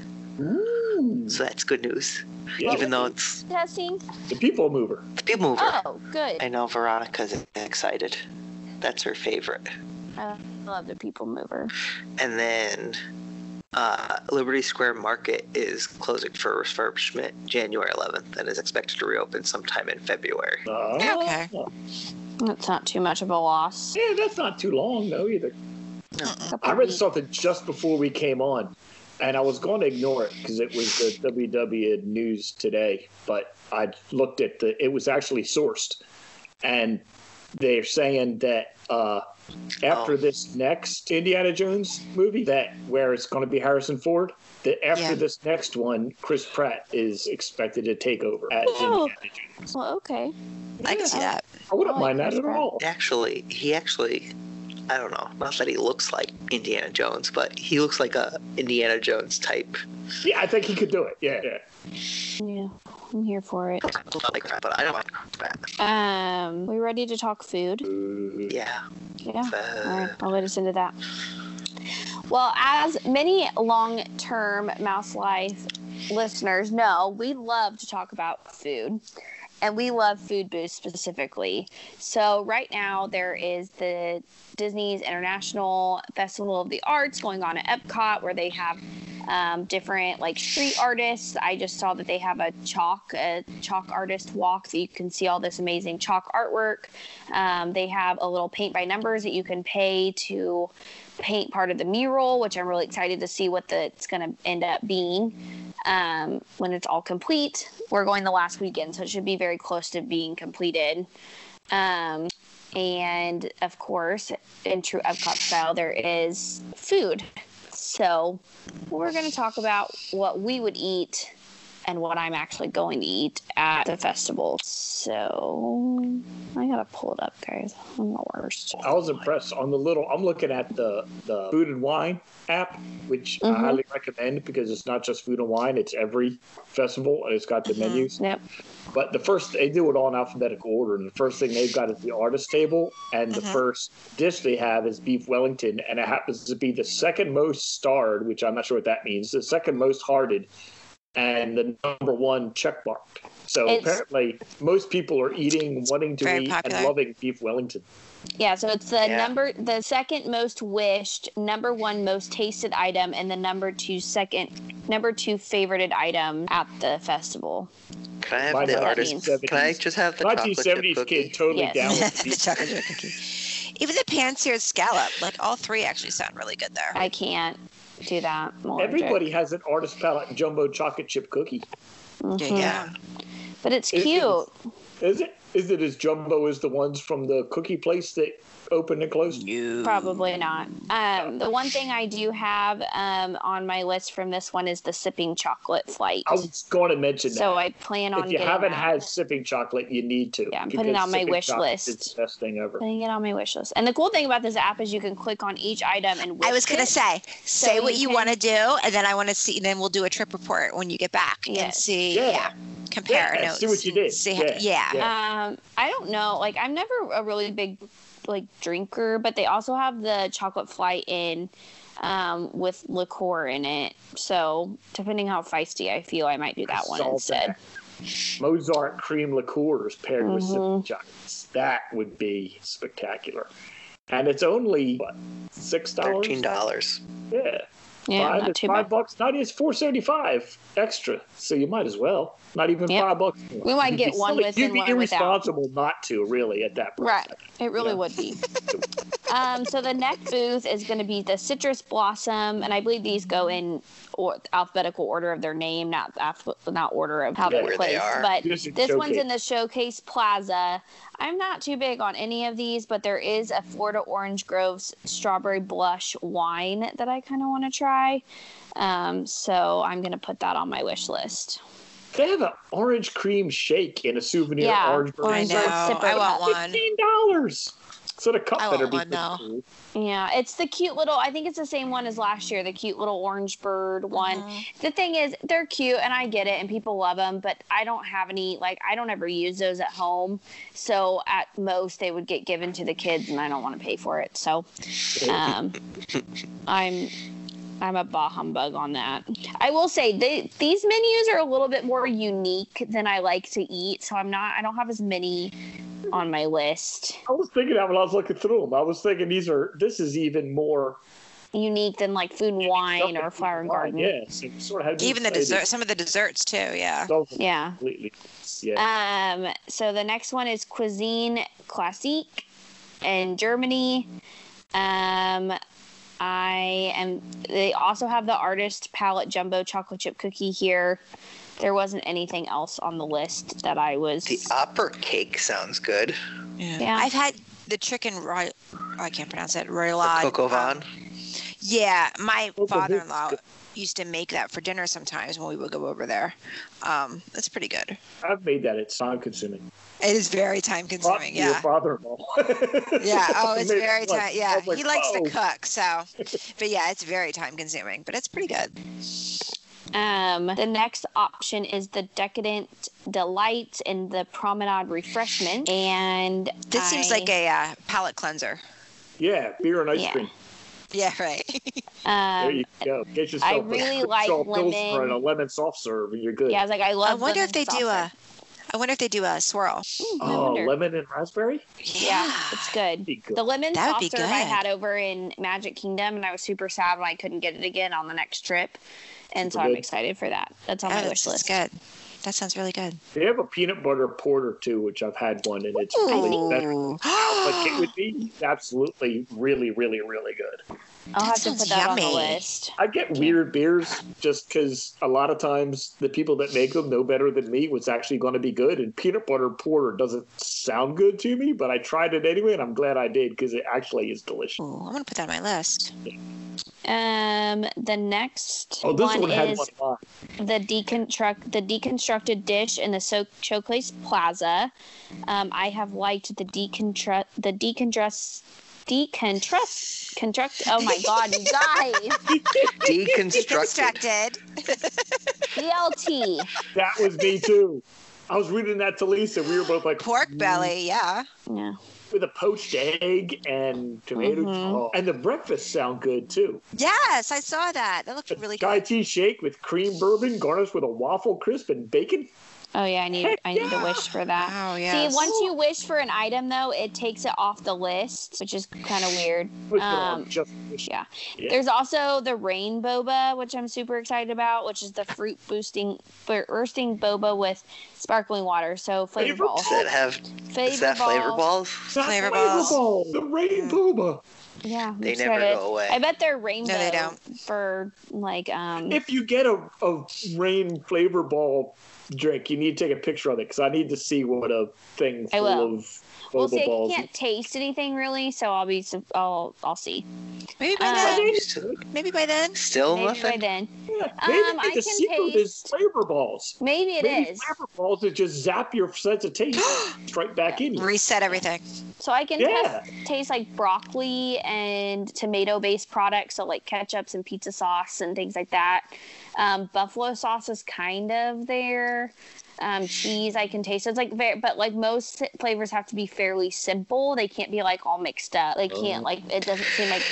[SPEAKER 4] so that's good news.
[SPEAKER 2] Yeah.
[SPEAKER 4] Mm. Even though it's
[SPEAKER 1] Testing.
[SPEAKER 2] the people mover.
[SPEAKER 4] the people mover.
[SPEAKER 1] Oh, good.
[SPEAKER 4] I know Veronica's excited. That's her favorite.
[SPEAKER 1] I love the people mover.
[SPEAKER 4] And then uh, Liberty Square Market is closing for refurbishment January 11th and is expected to reopen sometime in February.
[SPEAKER 2] Uh,
[SPEAKER 3] Okay.
[SPEAKER 1] That's not too much of a loss.
[SPEAKER 2] Yeah, that's not too long though either.
[SPEAKER 3] Mm-mm.
[SPEAKER 1] Couple
[SPEAKER 2] I read
[SPEAKER 1] weeks.
[SPEAKER 2] something just before we came on, and I was going to ignore it because it was the WW news today. But I looked at the; it was actually sourced, and they're saying that uh, after
[SPEAKER 4] Oh.
[SPEAKER 2] this next Indiana Jones movie, that where it's going to be Harrison Ford, that after
[SPEAKER 3] Yeah.
[SPEAKER 2] this next one, Chris Pratt is expected to take over as
[SPEAKER 1] Oh.
[SPEAKER 2] Indiana Jones.
[SPEAKER 1] Well, okay.
[SPEAKER 3] I can see that.
[SPEAKER 2] I wouldn't
[SPEAKER 1] I like
[SPEAKER 2] mind that
[SPEAKER 1] Chris
[SPEAKER 2] at
[SPEAKER 1] Pratt.
[SPEAKER 2] all.
[SPEAKER 4] Actually, he actually, I don't know, not that he looks like Indiana Jones, but he looks like a Indiana Jones type.
[SPEAKER 2] Yeah, I think he could do it. Yeah, yeah.
[SPEAKER 1] Yeah, I'm here for it.
[SPEAKER 4] I don't like that, but I don't like that.
[SPEAKER 1] Um, we ready to talk food?
[SPEAKER 4] Yeah.
[SPEAKER 1] Yeah. All
[SPEAKER 4] Uh,
[SPEAKER 1] right, I'll let us into that. Well, as many long-term Mouse Life listeners know, we love to talk about food, and we love food booths specifically. So right now there is the Disney's International Festival of the Arts going on at Epcot, where they have um, different like street artists. I just saw that they have a chalk a chalk artist walk that you can see all this amazing chalk artwork. Um, they have a little paint by numbers that you can pay to paint part of the mural, which I'm really excited to see what the, it's going to end up being um, when it's all complete. We're going the last weekend, so it should be very close to being completed. Um, and of course, in true Epcot style, there is food. So we're going to talk about what we would eat and what I'm actually going to eat at the festival. So I gotta pull it up, guys. I'm the worst.
[SPEAKER 2] I was impressed on the little. I'm looking at the the food and wine app, which
[SPEAKER 1] Mhm.
[SPEAKER 3] Mm-hmm.
[SPEAKER 2] I highly recommend because it's not just food and wine; it's every festival and it's got the
[SPEAKER 3] Mhm.
[SPEAKER 2] menus.
[SPEAKER 1] Yep.
[SPEAKER 2] But the first they do it all in alphabetical order, and the first thing they've got is the artist table, and the
[SPEAKER 3] Mhm.
[SPEAKER 2] first dish they have is beef Wellington, and it happens to be the second most starred, which I'm not sure what that means, the second most hearted, and the number one check mark. So
[SPEAKER 1] It's-
[SPEAKER 2] apparently, most people are eating, wanting to
[SPEAKER 3] Very
[SPEAKER 2] eat,
[SPEAKER 3] popular.
[SPEAKER 2] and loving beef Wellington.
[SPEAKER 1] Yeah, so it's the
[SPEAKER 4] Yeah.
[SPEAKER 1] number, the second most wished, number one most tasted item, and the number two second, number two favorited item at the festival.
[SPEAKER 4] Can I have
[SPEAKER 2] Mine
[SPEAKER 1] what
[SPEAKER 4] the
[SPEAKER 1] that
[SPEAKER 4] artist?
[SPEAKER 1] means.
[SPEAKER 4] Can I just have the chocolate chip
[SPEAKER 2] 1970s
[SPEAKER 4] cookie?
[SPEAKER 2] kid totally
[SPEAKER 1] Yes.
[SPEAKER 2] down with
[SPEAKER 3] the
[SPEAKER 2] beef.
[SPEAKER 3] chocolate chip cookie. Even the pan-seared scallop, like all three actually sound really good there.
[SPEAKER 1] I can't do that. I'm allergic.
[SPEAKER 2] Everybody has an artist palette jumbo chocolate chip cookie. Mm-hmm.
[SPEAKER 1] Mhm.
[SPEAKER 3] Yeah.
[SPEAKER 1] But it's
[SPEAKER 2] It- it
[SPEAKER 1] cute.
[SPEAKER 2] was- Is it? Is it as jumbo as the ones from the cookie place that opened and closed?
[SPEAKER 1] Probably not. Um, the one thing I do have um, on my list from this one is the sipping chocolate flight.
[SPEAKER 2] I was going to mention that.
[SPEAKER 1] so I plan on
[SPEAKER 2] Oh, if you
[SPEAKER 1] getting
[SPEAKER 2] haven't
[SPEAKER 1] that.
[SPEAKER 2] had sipping chocolate, you need to.
[SPEAKER 1] Yeah, I'm putting it
[SPEAKER 2] because
[SPEAKER 1] on my
[SPEAKER 2] sipping
[SPEAKER 1] wish
[SPEAKER 2] chocolate
[SPEAKER 1] list.
[SPEAKER 2] Is the best thing ever.
[SPEAKER 1] putting it on my wish list. And the cool thing about this app is you can click on each item and
[SPEAKER 3] I
[SPEAKER 1] wish
[SPEAKER 3] was gonna
[SPEAKER 1] it.
[SPEAKER 3] say, say
[SPEAKER 1] So
[SPEAKER 3] what
[SPEAKER 1] you
[SPEAKER 3] you
[SPEAKER 1] can-
[SPEAKER 3] want to do, and then I want to see. And then we'll do a trip report when you get back and
[SPEAKER 1] Yes.
[SPEAKER 3] see.
[SPEAKER 2] Yeah.
[SPEAKER 3] Yeah. Compare
[SPEAKER 2] Yeah,
[SPEAKER 3] notes.
[SPEAKER 2] see what you
[SPEAKER 3] and
[SPEAKER 2] did.
[SPEAKER 3] See how,
[SPEAKER 2] Yeah,
[SPEAKER 3] yeah.
[SPEAKER 2] yeah.
[SPEAKER 1] Um, I don't know. Like I'm never a really big like drinker, but they also have the chocolate flight in um, with liqueur in it. So depending how feisty I feel, I might do that
[SPEAKER 2] I
[SPEAKER 1] one
[SPEAKER 2] saw
[SPEAKER 1] instead.
[SPEAKER 2] that. Mozart cream liqueurs paired with sipping
[SPEAKER 1] Mhm.
[SPEAKER 2] chocolates. That would be spectacular. And it's only what, six dollars.
[SPEAKER 4] Thirteen dollars.
[SPEAKER 2] Yeah.
[SPEAKER 1] Yeah,
[SPEAKER 2] five,
[SPEAKER 1] not
[SPEAKER 2] it's
[SPEAKER 1] too
[SPEAKER 2] five
[SPEAKER 1] bad.
[SPEAKER 2] bucks. Not it's four seventy five extra. So you might as well. Not even
[SPEAKER 1] Yep.
[SPEAKER 2] five bucks.
[SPEAKER 1] We might
[SPEAKER 2] You'd
[SPEAKER 1] get
[SPEAKER 2] be
[SPEAKER 1] one
[SPEAKER 2] silly-
[SPEAKER 1] with
[SPEAKER 2] You'd
[SPEAKER 1] and
[SPEAKER 2] be
[SPEAKER 1] one without.
[SPEAKER 2] irresponsible not to really at that price.
[SPEAKER 1] Right. It really
[SPEAKER 2] Yeah.
[SPEAKER 1] would be. um, so the next booth is going to be the citrus blossom, and I believe these go in or, alphabetical order of their name, not alph- not order of how
[SPEAKER 2] Yeah,
[SPEAKER 1] they're
[SPEAKER 4] where
[SPEAKER 1] placed.
[SPEAKER 4] they are.
[SPEAKER 1] But
[SPEAKER 2] Just a
[SPEAKER 1] this one's
[SPEAKER 2] showcase.
[SPEAKER 1] in the showcase plaza. I'm not too big on any of these, but there is a Florida Orange Grove's strawberry blush wine that I kind of want to try. Um, so I'm going to put that on my wish list.
[SPEAKER 2] They have an orange cream shake in a souvenir
[SPEAKER 1] Yeah,
[SPEAKER 2] orange
[SPEAKER 3] I
[SPEAKER 1] orange
[SPEAKER 2] burger.
[SPEAKER 3] know.
[SPEAKER 1] Or sip
[SPEAKER 3] I
[SPEAKER 1] it.
[SPEAKER 3] want one.
[SPEAKER 2] Fifteen dollars. So the cup
[SPEAKER 3] I
[SPEAKER 2] better
[SPEAKER 3] want
[SPEAKER 2] be
[SPEAKER 3] one, though.
[SPEAKER 2] cool.
[SPEAKER 1] Yeah, it's the cute little. I think it's the same one as last year, the cute little orange bird one.
[SPEAKER 3] Mhm.
[SPEAKER 1] the thing is they're cute and i get it and people love them but i don't have any like i don't ever use those at home so at most they would get given to the kids and i don't want to pay for it so um, i'm i'm a bah humbug on that i will say they, these menus are a little bit more unique than i like to eat so i'm not i don't have as many on my list
[SPEAKER 2] I was thinking that when I was looking through them. I was thinking these are this is even more
[SPEAKER 1] unique than like food and wine or flower and garden
[SPEAKER 2] Yes, it sort of had me
[SPEAKER 3] Even the
[SPEAKER 2] excited.
[SPEAKER 3] dessert, some of the desserts too. Yeah.
[SPEAKER 2] So
[SPEAKER 1] yeah
[SPEAKER 2] completely. Yeah.
[SPEAKER 1] Um, so the next one is Cuisine Classique in Germany. Um, I am. They also have the artist palette jumbo chocolate chip cookie here. There wasn't anything else on the list that I was.
[SPEAKER 4] The opera cake sounds good.
[SPEAKER 1] Yeah.
[SPEAKER 3] I've had the chicken roy. Oh, I can't pronounce it. Royalade.
[SPEAKER 4] Coco
[SPEAKER 3] um,
[SPEAKER 4] Van.
[SPEAKER 3] Yeah, my
[SPEAKER 2] Coco
[SPEAKER 3] father-in-law
[SPEAKER 2] Vann's
[SPEAKER 3] used to make that for dinner sometimes when we would go over there. Um, that's pretty good.
[SPEAKER 2] I've made that. It's time consuming.
[SPEAKER 3] It is very time-consuming.
[SPEAKER 2] Your
[SPEAKER 3] Yeah.
[SPEAKER 2] father-in-law.
[SPEAKER 3] Yeah. Oh, it's
[SPEAKER 2] Made
[SPEAKER 3] very
[SPEAKER 2] it once.
[SPEAKER 3] time.
[SPEAKER 2] I
[SPEAKER 3] Yeah,
[SPEAKER 2] was like,
[SPEAKER 3] he likes
[SPEAKER 2] "Whoa."
[SPEAKER 3] to cook, so. But yeah, it's very time-consuming, but it's pretty good.
[SPEAKER 1] Um, the next option is the Decadent Delights and the Promenade Refreshment, and
[SPEAKER 3] This seems
[SPEAKER 1] I-
[SPEAKER 3] like a uh, palate cleanser.
[SPEAKER 2] Yeah, beer and ice
[SPEAKER 1] Yeah.
[SPEAKER 2] cream.
[SPEAKER 3] Yeah, right.
[SPEAKER 1] Um,
[SPEAKER 2] There you go. Get yourself.
[SPEAKER 1] I
[SPEAKER 2] a
[SPEAKER 1] really
[SPEAKER 2] Crystal
[SPEAKER 1] like
[SPEAKER 2] Pilsner and a
[SPEAKER 1] lemon.
[SPEAKER 2] lemon soft serve, and you're good.
[SPEAKER 1] Yeah, I was like, I love.
[SPEAKER 3] I wonder if they
[SPEAKER 1] lemon
[SPEAKER 3] do
[SPEAKER 1] salsa.
[SPEAKER 3] a. I wonder if they do a swirl. Oh,
[SPEAKER 1] Mm, I
[SPEAKER 2] Oh,
[SPEAKER 1] wonder.
[SPEAKER 2] lemon and raspberry.
[SPEAKER 1] Yeah, it's good.
[SPEAKER 2] Be good.
[SPEAKER 1] The lemon
[SPEAKER 3] That would
[SPEAKER 1] soft
[SPEAKER 3] be
[SPEAKER 1] serve I
[SPEAKER 3] good.
[SPEAKER 1] had over in Magic Kingdom, and I was super sad when I couldn't get it again on the next trip. And so
[SPEAKER 2] Super
[SPEAKER 1] I'm
[SPEAKER 2] good.
[SPEAKER 1] excited for that. That's on
[SPEAKER 3] Yeah,
[SPEAKER 1] my
[SPEAKER 3] that
[SPEAKER 1] wish
[SPEAKER 3] sounds
[SPEAKER 1] list.
[SPEAKER 3] good. That sounds really good.
[SPEAKER 2] They have a peanut butter porter too, which I've had one, and it's
[SPEAKER 1] think-
[SPEAKER 2] really better.
[SPEAKER 3] Ooh.
[SPEAKER 2] Like it would be absolutely, really, really, really good.
[SPEAKER 1] I'll
[SPEAKER 3] That
[SPEAKER 1] have to
[SPEAKER 3] sounds
[SPEAKER 1] put that on
[SPEAKER 3] yummy.
[SPEAKER 1] the list.
[SPEAKER 2] I get weird beers just because a lot of times the people that make them know better than me what's actually going to be good. And peanut butter porter doesn't sound good to me, but I tried it anyway, and I'm glad I did because it actually is delicious.
[SPEAKER 3] Ooh, I'm gonna put that on my list.
[SPEAKER 1] Um, the next
[SPEAKER 2] Oh, this
[SPEAKER 1] one,
[SPEAKER 2] one, had
[SPEAKER 1] is
[SPEAKER 2] one. line.
[SPEAKER 1] the deconstruct the deconstructed dish in the so- Showcase Plaza. Um, I have liked the deconstruct the deconstruct deconstruct construct. Oh my god, you guys!
[SPEAKER 4] Deconstructed.
[SPEAKER 3] Deconstructed.
[SPEAKER 1] DLT.
[SPEAKER 2] That was me too. I was reading that to Lisa. We were both like
[SPEAKER 3] Pork belly, yeah.
[SPEAKER 1] Yeah.
[SPEAKER 2] with a poached egg and tomato
[SPEAKER 1] Mhm.
[SPEAKER 2] sauce. And the breakfast sound good too.
[SPEAKER 3] Yes, I saw that. That looked really
[SPEAKER 2] Chai
[SPEAKER 3] good.
[SPEAKER 2] tea shake with cream bourbon garnished with a waffle crisp and bacon.
[SPEAKER 1] Oh yeah, I need I need to wish for that.
[SPEAKER 3] Oh, yeah.
[SPEAKER 1] See, once you wish for an item though, it takes it off the list, which is kind of weird.
[SPEAKER 2] Put it on
[SPEAKER 1] Um,
[SPEAKER 2] just wish-
[SPEAKER 1] yeah.
[SPEAKER 2] Yeah.
[SPEAKER 1] There's also the rain boba, which I'm super excited about, which is the fruit boosting bursting boba with sparkling water. So flavor
[SPEAKER 2] Flavor
[SPEAKER 1] balls.
[SPEAKER 4] Does that have?
[SPEAKER 1] Flavor
[SPEAKER 4] Is that flavor balls?
[SPEAKER 2] Not
[SPEAKER 3] flavor
[SPEAKER 2] flavor
[SPEAKER 3] balls.
[SPEAKER 2] ball. The rain boba.
[SPEAKER 1] Yeah, I'm
[SPEAKER 4] They never
[SPEAKER 1] excited.
[SPEAKER 4] go away.
[SPEAKER 1] I bet they're rainbow.
[SPEAKER 3] No, they don't.
[SPEAKER 1] For like, um,
[SPEAKER 2] If you get a, a rain flavor ball drink, you need to take a picture of it because I need to see what a thing
[SPEAKER 1] I
[SPEAKER 2] full
[SPEAKER 1] will.
[SPEAKER 2] of boba
[SPEAKER 1] we'll see. I
[SPEAKER 2] balls.
[SPEAKER 1] can't taste anything really, so I'll be. su- I'll. I'll see.
[SPEAKER 3] Maybe by
[SPEAKER 1] Um,
[SPEAKER 3] then.
[SPEAKER 4] Still-
[SPEAKER 3] Maybe by then.
[SPEAKER 4] Still
[SPEAKER 1] Maybe by
[SPEAKER 4] nothing.
[SPEAKER 1] then.
[SPEAKER 2] Yeah,
[SPEAKER 1] Um, I
[SPEAKER 2] maybe the
[SPEAKER 1] can
[SPEAKER 2] secret is
[SPEAKER 1] taste-
[SPEAKER 2] flavor balls.
[SPEAKER 1] Maybe it is.
[SPEAKER 2] maybe flavor balls that just zap your sense of taste right back in you.
[SPEAKER 3] Reset everything.
[SPEAKER 1] So I can
[SPEAKER 2] Yeah.
[SPEAKER 1] test, taste like broccoli and tomato based products, so like ketchups and pizza sauce and things like that. Um, buffalo sauce is kind of there. Um, cheese I can taste. It's like, very, but like most si- flavors have to be fairly simple. They can't be like all mixed up. They can't
[SPEAKER 4] Oh.
[SPEAKER 1] like it doesn't seem like.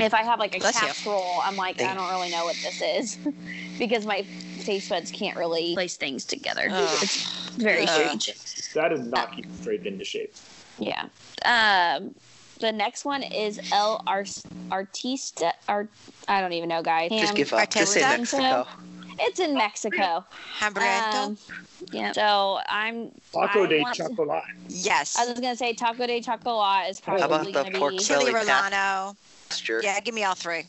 [SPEAKER 1] If I have like a
[SPEAKER 3] Bless you.
[SPEAKER 1] casserole, I'm like I
[SPEAKER 4] Thank-
[SPEAKER 1] don't really know what this is because my taste buds can't really place things together. Uh,
[SPEAKER 3] Oh.
[SPEAKER 1] It's very
[SPEAKER 3] Ugh.
[SPEAKER 1] strange.
[SPEAKER 2] That is knock you straight into shape.
[SPEAKER 1] Yeah. Um, the next one is El Ar- Artista. Art, I don't even know, guys.
[SPEAKER 4] Just
[SPEAKER 1] Ham-
[SPEAKER 4] give up. Just say
[SPEAKER 3] Artista.
[SPEAKER 4] Mexico.
[SPEAKER 1] It's in Mexico.
[SPEAKER 3] Hamburrito.
[SPEAKER 1] Um, yeah. So I'm.
[SPEAKER 2] Taco
[SPEAKER 1] I
[SPEAKER 2] de
[SPEAKER 1] want-
[SPEAKER 2] chocolate.
[SPEAKER 3] yes.
[SPEAKER 1] I was gonna say Taco de Chocolate is
[SPEAKER 2] How
[SPEAKER 1] probably
[SPEAKER 4] How about the
[SPEAKER 1] gonna
[SPEAKER 4] pork
[SPEAKER 1] be
[SPEAKER 3] Chili
[SPEAKER 4] belly
[SPEAKER 3] Rolano.
[SPEAKER 4] pasture?
[SPEAKER 3] Yeah, give me all three.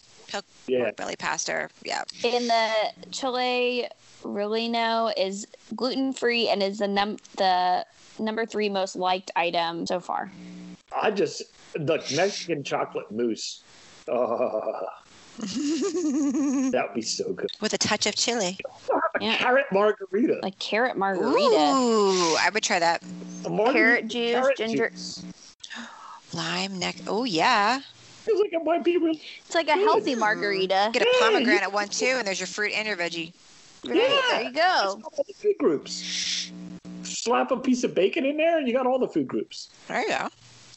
[SPEAKER 2] Yeah.
[SPEAKER 3] Belly pasta. Yeah.
[SPEAKER 1] in the Chile. Relleno is gluten free and is the num the number three most liked item so far.
[SPEAKER 2] I just the Mexican chocolate mousse. Uh, that would be so good.
[SPEAKER 3] With a touch of chili.
[SPEAKER 1] Yeah.
[SPEAKER 2] Carrot margarita.
[SPEAKER 1] Like carrot margarita,
[SPEAKER 3] Ooh, I would try that.
[SPEAKER 2] A margarita
[SPEAKER 1] carrot
[SPEAKER 2] with
[SPEAKER 1] juice, ginger-
[SPEAKER 2] juice.
[SPEAKER 3] Lime neck. Oh, yeah.
[SPEAKER 2] Feels like it might be real.
[SPEAKER 1] it's like a healthy margarita.
[SPEAKER 3] Get a
[SPEAKER 2] Yeah, you-
[SPEAKER 3] pomegranate one, too, and there's your fruit and your veggie.
[SPEAKER 1] Great, there
[SPEAKER 2] Yeah.
[SPEAKER 1] you go.
[SPEAKER 2] It's got all the food groups. Slap a piece of bacon in there, and you got all the food groups.
[SPEAKER 3] There you go.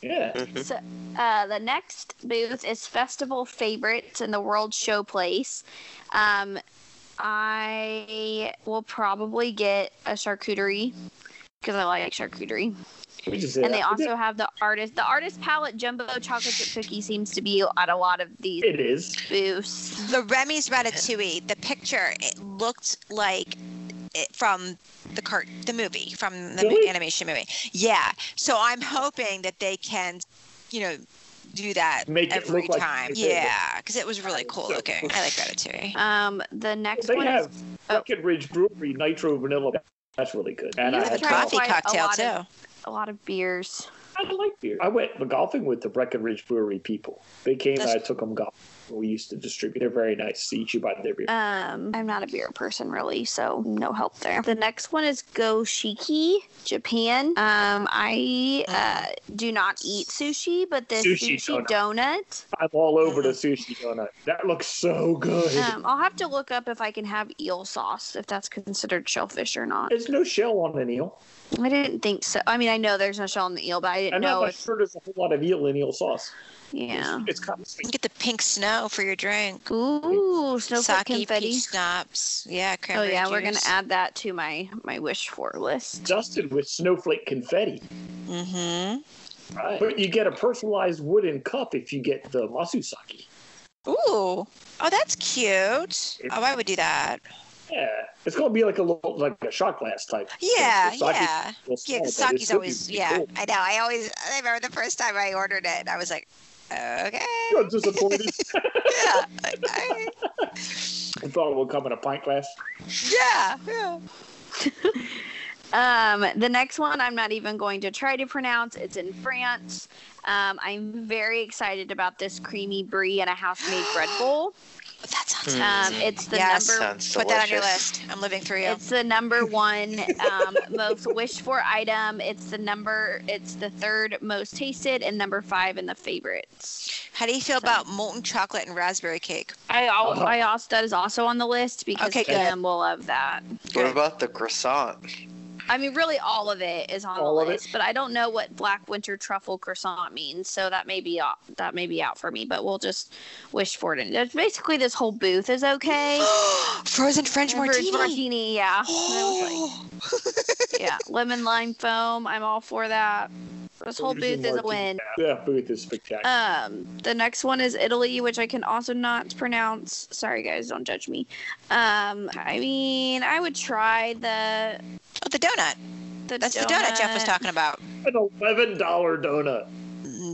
[SPEAKER 2] Yeah.
[SPEAKER 4] Mhm.
[SPEAKER 1] So, uh, the next booth is festival favorites in the World Showplace. Um, I will probably get a charcuterie because I like charcuterie,
[SPEAKER 2] We just said
[SPEAKER 1] and they
[SPEAKER 2] that.
[SPEAKER 1] also have the artist. The artist palette jumbo chocolate chip cookie seems to be at a lot of these
[SPEAKER 2] It is.
[SPEAKER 1] booths.
[SPEAKER 3] The Remy's Ratatouille, the picture, it looked like it from the cart, the movie, from the
[SPEAKER 2] Really?
[SPEAKER 3] animation movie. Yeah. So I'm hoping that they can, you know, do that
[SPEAKER 2] Make it
[SPEAKER 3] every
[SPEAKER 2] look like
[SPEAKER 3] time.
[SPEAKER 2] it's there.
[SPEAKER 3] yeah, because it was really cool looking. I like Ratatouille.
[SPEAKER 1] Um, the next
[SPEAKER 2] They
[SPEAKER 1] one
[SPEAKER 2] have
[SPEAKER 1] is oh.
[SPEAKER 2] Breckenridge Brewery Nitro Vanilla. That's really good. And
[SPEAKER 1] You
[SPEAKER 2] I
[SPEAKER 1] should
[SPEAKER 2] had
[SPEAKER 1] try
[SPEAKER 2] coffee.
[SPEAKER 3] Coffee
[SPEAKER 1] quite a
[SPEAKER 3] cocktail
[SPEAKER 1] lot
[SPEAKER 3] too.
[SPEAKER 1] of- a lot of beers.
[SPEAKER 2] I like beer. I went golfing with the Breckenridge Brewery people. They came
[SPEAKER 3] That's-
[SPEAKER 2] and I took them golfing. We used to distribute. They're very nice. Each you buy their beer.
[SPEAKER 1] Um, I'm not a beer person really, so no help there. The next one is Go Shiki, Japan. Um, I uh, do not eat sushi, but this
[SPEAKER 2] Sushi
[SPEAKER 1] sushi, donut.
[SPEAKER 2] I'm all over the sushi donut. That looks so good.
[SPEAKER 1] Um, I'll have to look up if I can have eel sauce, if that's considered shellfish or not.
[SPEAKER 2] There's no shell on an eel.
[SPEAKER 1] I didn't think so. I mean, I know there's no shell in the eel, but I didn't
[SPEAKER 2] And
[SPEAKER 1] know
[SPEAKER 2] I'm not
[SPEAKER 1] if.
[SPEAKER 2] sure there's a whole lot of eel in eel sauce.
[SPEAKER 1] Yeah.
[SPEAKER 2] It's, it's kind of
[SPEAKER 3] You
[SPEAKER 2] sweet.
[SPEAKER 3] can get the pink snow for your drink.
[SPEAKER 1] Ooh, snowflake
[SPEAKER 3] Sake,
[SPEAKER 1] confetti.
[SPEAKER 3] peach schnapps. Yeah,
[SPEAKER 1] Oh
[SPEAKER 3] cranberry
[SPEAKER 1] yeah, we're gonna
[SPEAKER 3] juice.
[SPEAKER 1] add that to my my wish for list.
[SPEAKER 2] Dusted with snowflake confetti.
[SPEAKER 3] Mm-hmm.
[SPEAKER 2] Right. But you get a personalized wooden cup if you get the masusaki.
[SPEAKER 3] Ooh. Oh, that's cute. Oh, I would do that.
[SPEAKER 2] Yeah. It's going to be like a little, like a shot glass type.
[SPEAKER 3] Yeah,
[SPEAKER 2] The sake-
[SPEAKER 3] yeah.
[SPEAKER 2] Well,
[SPEAKER 3] Yeah, 'cause
[SPEAKER 2] small, Oh, but
[SPEAKER 3] sake's
[SPEAKER 2] it's
[SPEAKER 3] always,
[SPEAKER 2] still
[SPEAKER 3] yeah,
[SPEAKER 2] cool.
[SPEAKER 3] I know. I always, I remember the first time I ordered it, I was like, okay.
[SPEAKER 2] You're disappointed.
[SPEAKER 3] Yeah. like, I-
[SPEAKER 2] I thought it would come in a pint glass.
[SPEAKER 3] yeah. yeah.
[SPEAKER 1] Um, the next one I'm not even going to try to pronounce. It's in France. Um, I'm very excited about this creamy brie and a house made bread bowl.
[SPEAKER 3] That sounds
[SPEAKER 4] Mm.
[SPEAKER 1] Um, it's the
[SPEAKER 3] Yes.
[SPEAKER 1] number
[SPEAKER 4] Sounds
[SPEAKER 3] Put that on your
[SPEAKER 4] delicious.
[SPEAKER 3] list. I'm living through you.
[SPEAKER 1] It's the number one um, most wished for item. It's the number. It's the third most tasted and number five in the favorites.
[SPEAKER 3] How do you feel about molten chocolate and raspberry cake?
[SPEAKER 1] I al-
[SPEAKER 2] Uh-huh.
[SPEAKER 1] I also that is also on the list because
[SPEAKER 3] Okay, good.
[SPEAKER 1] Kim will love that.
[SPEAKER 4] What about the croissant?
[SPEAKER 1] I mean, really, all of it is on
[SPEAKER 2] All
[SPEAKER 1] the
[SPEAKER 2] of it?
[SPEAKER 1] list, but I don't know what Black Winter Truffle Croissant means, so that may be out, that may be out for me. But we'll just wish for it. And there's basically this whole booth is okay.
[SPEAKER 3] Frozen French
[SPEAKER 1] Remember, it's
[SPEAKER 3] martini.
[SPEAKER 1] martini, yeah. And I was like, yeah, lemon lime foam. I'm all for that. This whole
[SPEAKER 2] Frozen
[SPEAKER 1] booth is a win.
[SPEAKER 2] martini. Yeah, Booth is spectacular.
[SPEAKER 1] Um, the next one is Italy, which I can also not pronounce. Sorry, guys, don't judge me. Um, I mean, I would try the
[SPEAKER 3] oh, the donut.
[SPEAKER 1] the
[SPEAKER 3] That's
[SPEAKER 1] donut.
[SPEAKER 3] the donut Jeff was talking about.
[SPEAKER 1] Uh,
[SPEAKER 2] An eleven dollar donut.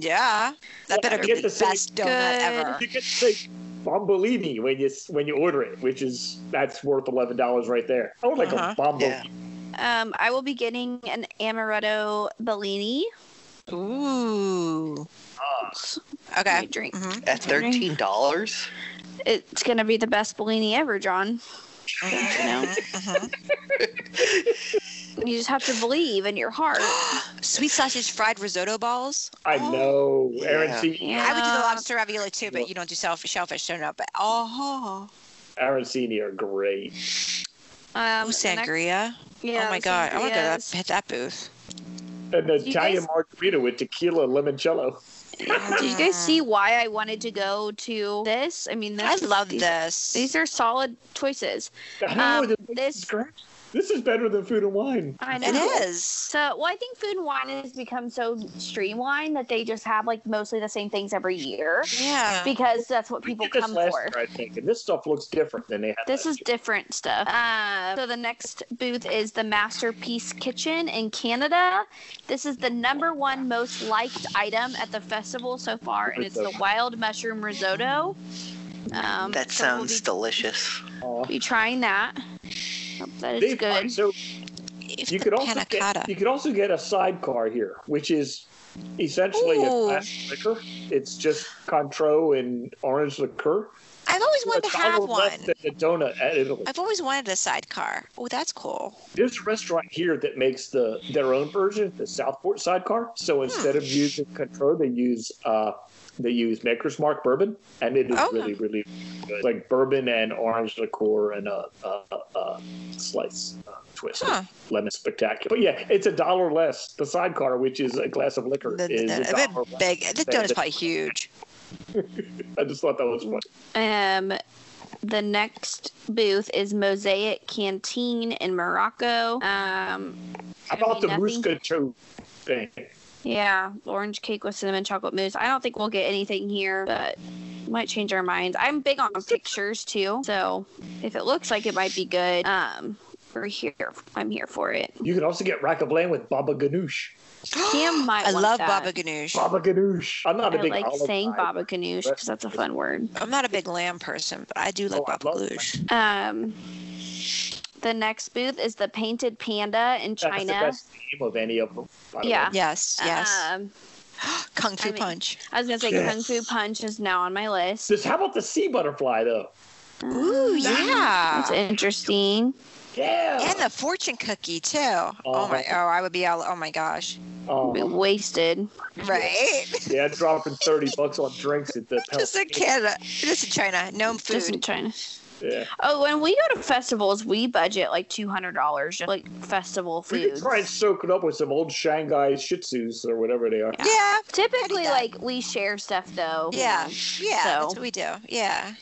[SPEAKER 3] Yeah. That better
[SPEAKER 2] I
[SPEAKER 3] be
[SPEAKER 2] get
[SPEAKER 3] the
[SPEAKER 2] the same-
[SPEAKER 3] best donut
[SPEAKER 1] Good.
[SPEAKER 3] ever.
[SPEAKER 2] You get to say bombolini when you when you order it, which is that's worth eleven dollars right there. I would like
[SPEAKER 3] Uh-huh.
[SPEAKER 2] a bombo.
[SPEAKER 4] Yeah.
[SPEAKER 1] Um, I will be getting an amaretto Bellini.
[SPEAKER 3] Ooh.
[SPEAKER 2] Ah,
[SPEAKER 3] Okay.
[SPEAKER 1] My drink.
[SPEAKER 3] Mhm.
[SPEAKER 4] At thirteen dollars?
[SPEAKER 1] It's gonna be the best Bellini ever, John.
[SPEAKER 3] Mhm. Mhm. Mm-hmm.
[SPEAKER 1] You just have to believe in your heart.
[SPEAKER 3] Sweet sausage fried risotto balls.
[SPEAKER 2] I
[SPEAKER 3] Oh.
[SPEAKER 2] know, Aaron.
[SPEAKER 4] Yeah.
[SPEAKER 2] Senior,
[SPEAKER 1] Yeah.
[SPEAKER 3] I would do the lobster ravioli too, but
[SPEAKER 2] Well-
[SPEAKER 3] you don't do self- shellfish, so no. But oh,
[SPEAKER 2] Aaron Senior are great.
[SPEAKER 1] Um,
[SPEAKER 3] oh
[SPEAKER 1] the next-
[SPEAKER 3] sangria.
[SPEAKER 1] yeah,
[SPEAKER 3] oh my
[SPEAKER 1] the
[SPEAKER 3] god, I want to go to that,
[SPEAKER 1] sangrias.
[SPEAKER 3] hit that booth.
[SPEAKER 2] An
[SPEAKER 1] You
[SPEAKER 2] Italian
[SPEAKER 1] guys-
[SPEAKER 2] margarita with tequila limoncello.
[SPEAKER 1] Yeah, Did you guys see why I wanted to go to this? I mean,
[SPEAKER 3] Mm. I
[SPEAKER 1] this,
[SPEAKER 3] love
[SPEAKER 1] these,
[SPEAKER 3] this.
[SPEAKER 1] These are solid choices.
[SPEAKER 2] I know,
[SPEAKER 1] Um,
[SPEAKER 2] this,
[SPEAKER 1] this-
[SPEAKER 2] is great. This is better than food and wine.
[SPEAKER 1] I know.
[SPEAKER 3] it is.
[SPEAKER 1] So, well, I think food and wine has become so streamlined that they just have like mostly the same things every year
[SPEAKER 3] Yeah.
[SPEAKER 1] because that's what
[SPEAKER 2] We
[SPEAKER 1] people
[SPEAKER 2] did this
[SPEAKER 1] come
[SPEAKER 2] last
[SPEAKER 1] for.
[SPEAKER 2] year, I think, and this stuff looks different than they had.
[SPEAKER 1] This is
[SPEAKER 2] last
[SPEAKER 1] different stuff. Uh, so the next booth is the Masterpiece Kitchen in Canada. This is the number one most liked item at the festival so far, and it's the wild mushroom risotto. Um,
[SPEAKER 4] That
[SPEAKER 1] so we'll
[SPEAKER 4] sounds delicious.
[SPEAKER 2] year. Aw.
[SPEAKER 1] be, be trying that. Hope that is
[SPEAKER 2] They've-
[SPEAKER 1] good.
[SPEAKER 2] So
[SPEAKER 3] If
[SPEAKER 2] you
[SPEAKER 3] the
[SPEAKER 2] could
[SPEAKER 3] panna
[SPEAKER 2] also
[SPEAKER 3] cotta.
[SPEAKER 2] get, you could also get a sidecar here, which is essentially
[SPEAKER 3] Ooh.
[SPEAKER 2] a classic liquor. It's just Contro and orange liqueur.
[SPEAKER 3] I've always wanted
[SPEAKER 2] It's
[SPEAKER 3] to have
[SPEAKER 2] all
[SPEAKER 3] one.
[SPEAKER 2] less than a donut at Italy.
[SPEAKER 3] I've always wanted a sidecar. Oh, that's cool.
[SPEAKER 2] There's a restaurant here that makes the their own version, the Southport sidecar.
[SPEAKER 3] Hmm.
[SPEAKER 2] So instead of using Contro, they use uh, they use Maker's Mark bourbon, and it is
[SPEAKER 3] Oh.
[SPEAKER 2] really really good. Like bourbon and orange liqueur and a, a, a- a slice uh, twist.
[SPEAKER 3] Huh.
[SPEAKER 2] lemon spectacular. But yeah, it's a dollar less. The sidecar, which is a glass of liquor,
[SPEAKER 3] The,
[SPEAKER 2] is
[SPEAKER 3] the-
[SPEAKER 2] a
[SPEAKER 3] the
[SPEAKER 2] dollar less.
[SPEAKER 3] big, the donut's probably huge.
[SPEAKER 2] I just thought that was funny.
[SPEAKER 1] Um, the next booth is Mosaic Canteen in Morocco. Um,
[SPEAKER 2] How about the
[SPEAKER 1] nothing-
[SPEAKER 2] Muscato thing?
[SPEAKER 1] yeah, orange cake with cinnamon chocolate mousse. I don't think we'll get anything here, but might change our minds. I'm big on pictures too, so if it looks like it might be good, um, we're here. I'm here for it.
[SPEAKER 2] You can also get rack of land with Baba Ganoush.
[SPEAKER 1] Kim might
[SPEAKER 3] I
[SPEAKER 1] want
[SPEAKER 3] love
[SPEAKER 1] that.
[SPEAKER 3] Baba Ganoush.
[SPEAKER 2] Baba Ganoush. I'm not a
[SPEAKER 1] I
[SPEAKER 2] big
[SPEAKER 1] like
[SPEAKER 2] olive
[SPEAKER 1] saying
[SPEAKER 2] guy.
[SPEAKER 1] Baba Ganoush because that's a fun word.
[SPEAKER 3] I'm not a big lamb person, but I do like
[SPEAKER 2] Oh, I
[SPEAKER 3] Baba
[SPEAKER 2] love
[SPEAKER 3] Ganoush.
[SPEAKER 1] Um, the next booth is the Painted Panda in
[SPEAKER 2] That's
[SPEAKER 1] China.
[SPEAKER 2] the best name of any of them. by the
[SPEAKER 1] Yeah.
[SPEAKER 2] way.
[SPEAKER 3] Yes, yes.
[SPEAKER 1] Um,
[SPEAKER 3] Kung
[SPEAKER 1] Ah.
[SPEAKER 3] Fu
[SPEAKER 1] I mean-
[SPEAKER 3] Punch.
[SPEAKER 1] I was gonna say
[SPEAKER 2] Yes.
[SPEAKER 1] Kung Fu Punch is now on my list.
[SPEAKER 2] Just how about the sea butterfly though?
[SPEAKER 3] Ooh,
[SPEAKER 1] That's
[SPEAKER 3] yeah.
[SPEAKER 1] interesting.
[SPEAKER 2] Yeah.
[SPEAKER 3] And the fortune cookie too. Oh my!
[SPEAKER 2] Uh-huh.
[SPEAKER 3] Oh, I would be all. Oh my gosh!
[SPEAKER 2] Oh,
[SPEAKER 1] We wasted.
[SPEAKER 3] Right?
[SPEAKER 2] yeah, dropping thirty bucks on drinks at the
[SPEAKER 3] Just in Canada, just in China, no
[SPEAKER 1] Just in
[SPEAKER 3] food.
[SPEAKER 1] China.
[SPEAKER 2] Yeah.
[SPEAKER 1] Oh, when we go to festivals, we budget like two hundred dollars, just like festival
[SPEAKER 2] We could
[SPEAKER 1] food.
[SPEAKER 2] try and soak it up with some old Shanghai Shih Tzus or whatever they are.
[SPEAKER 1] Yeah.
[SPEAKER 3] Yeah,
[SPEAKER 1] Typically,
[SPEAKER 3] Yeah.
[SPEAKER 1] like we share stuff though.
[SPEAKER 3] yeah, yeah.
[SPEAKER 1] So-
[SPEAKER 3] That's what we do. Yeah.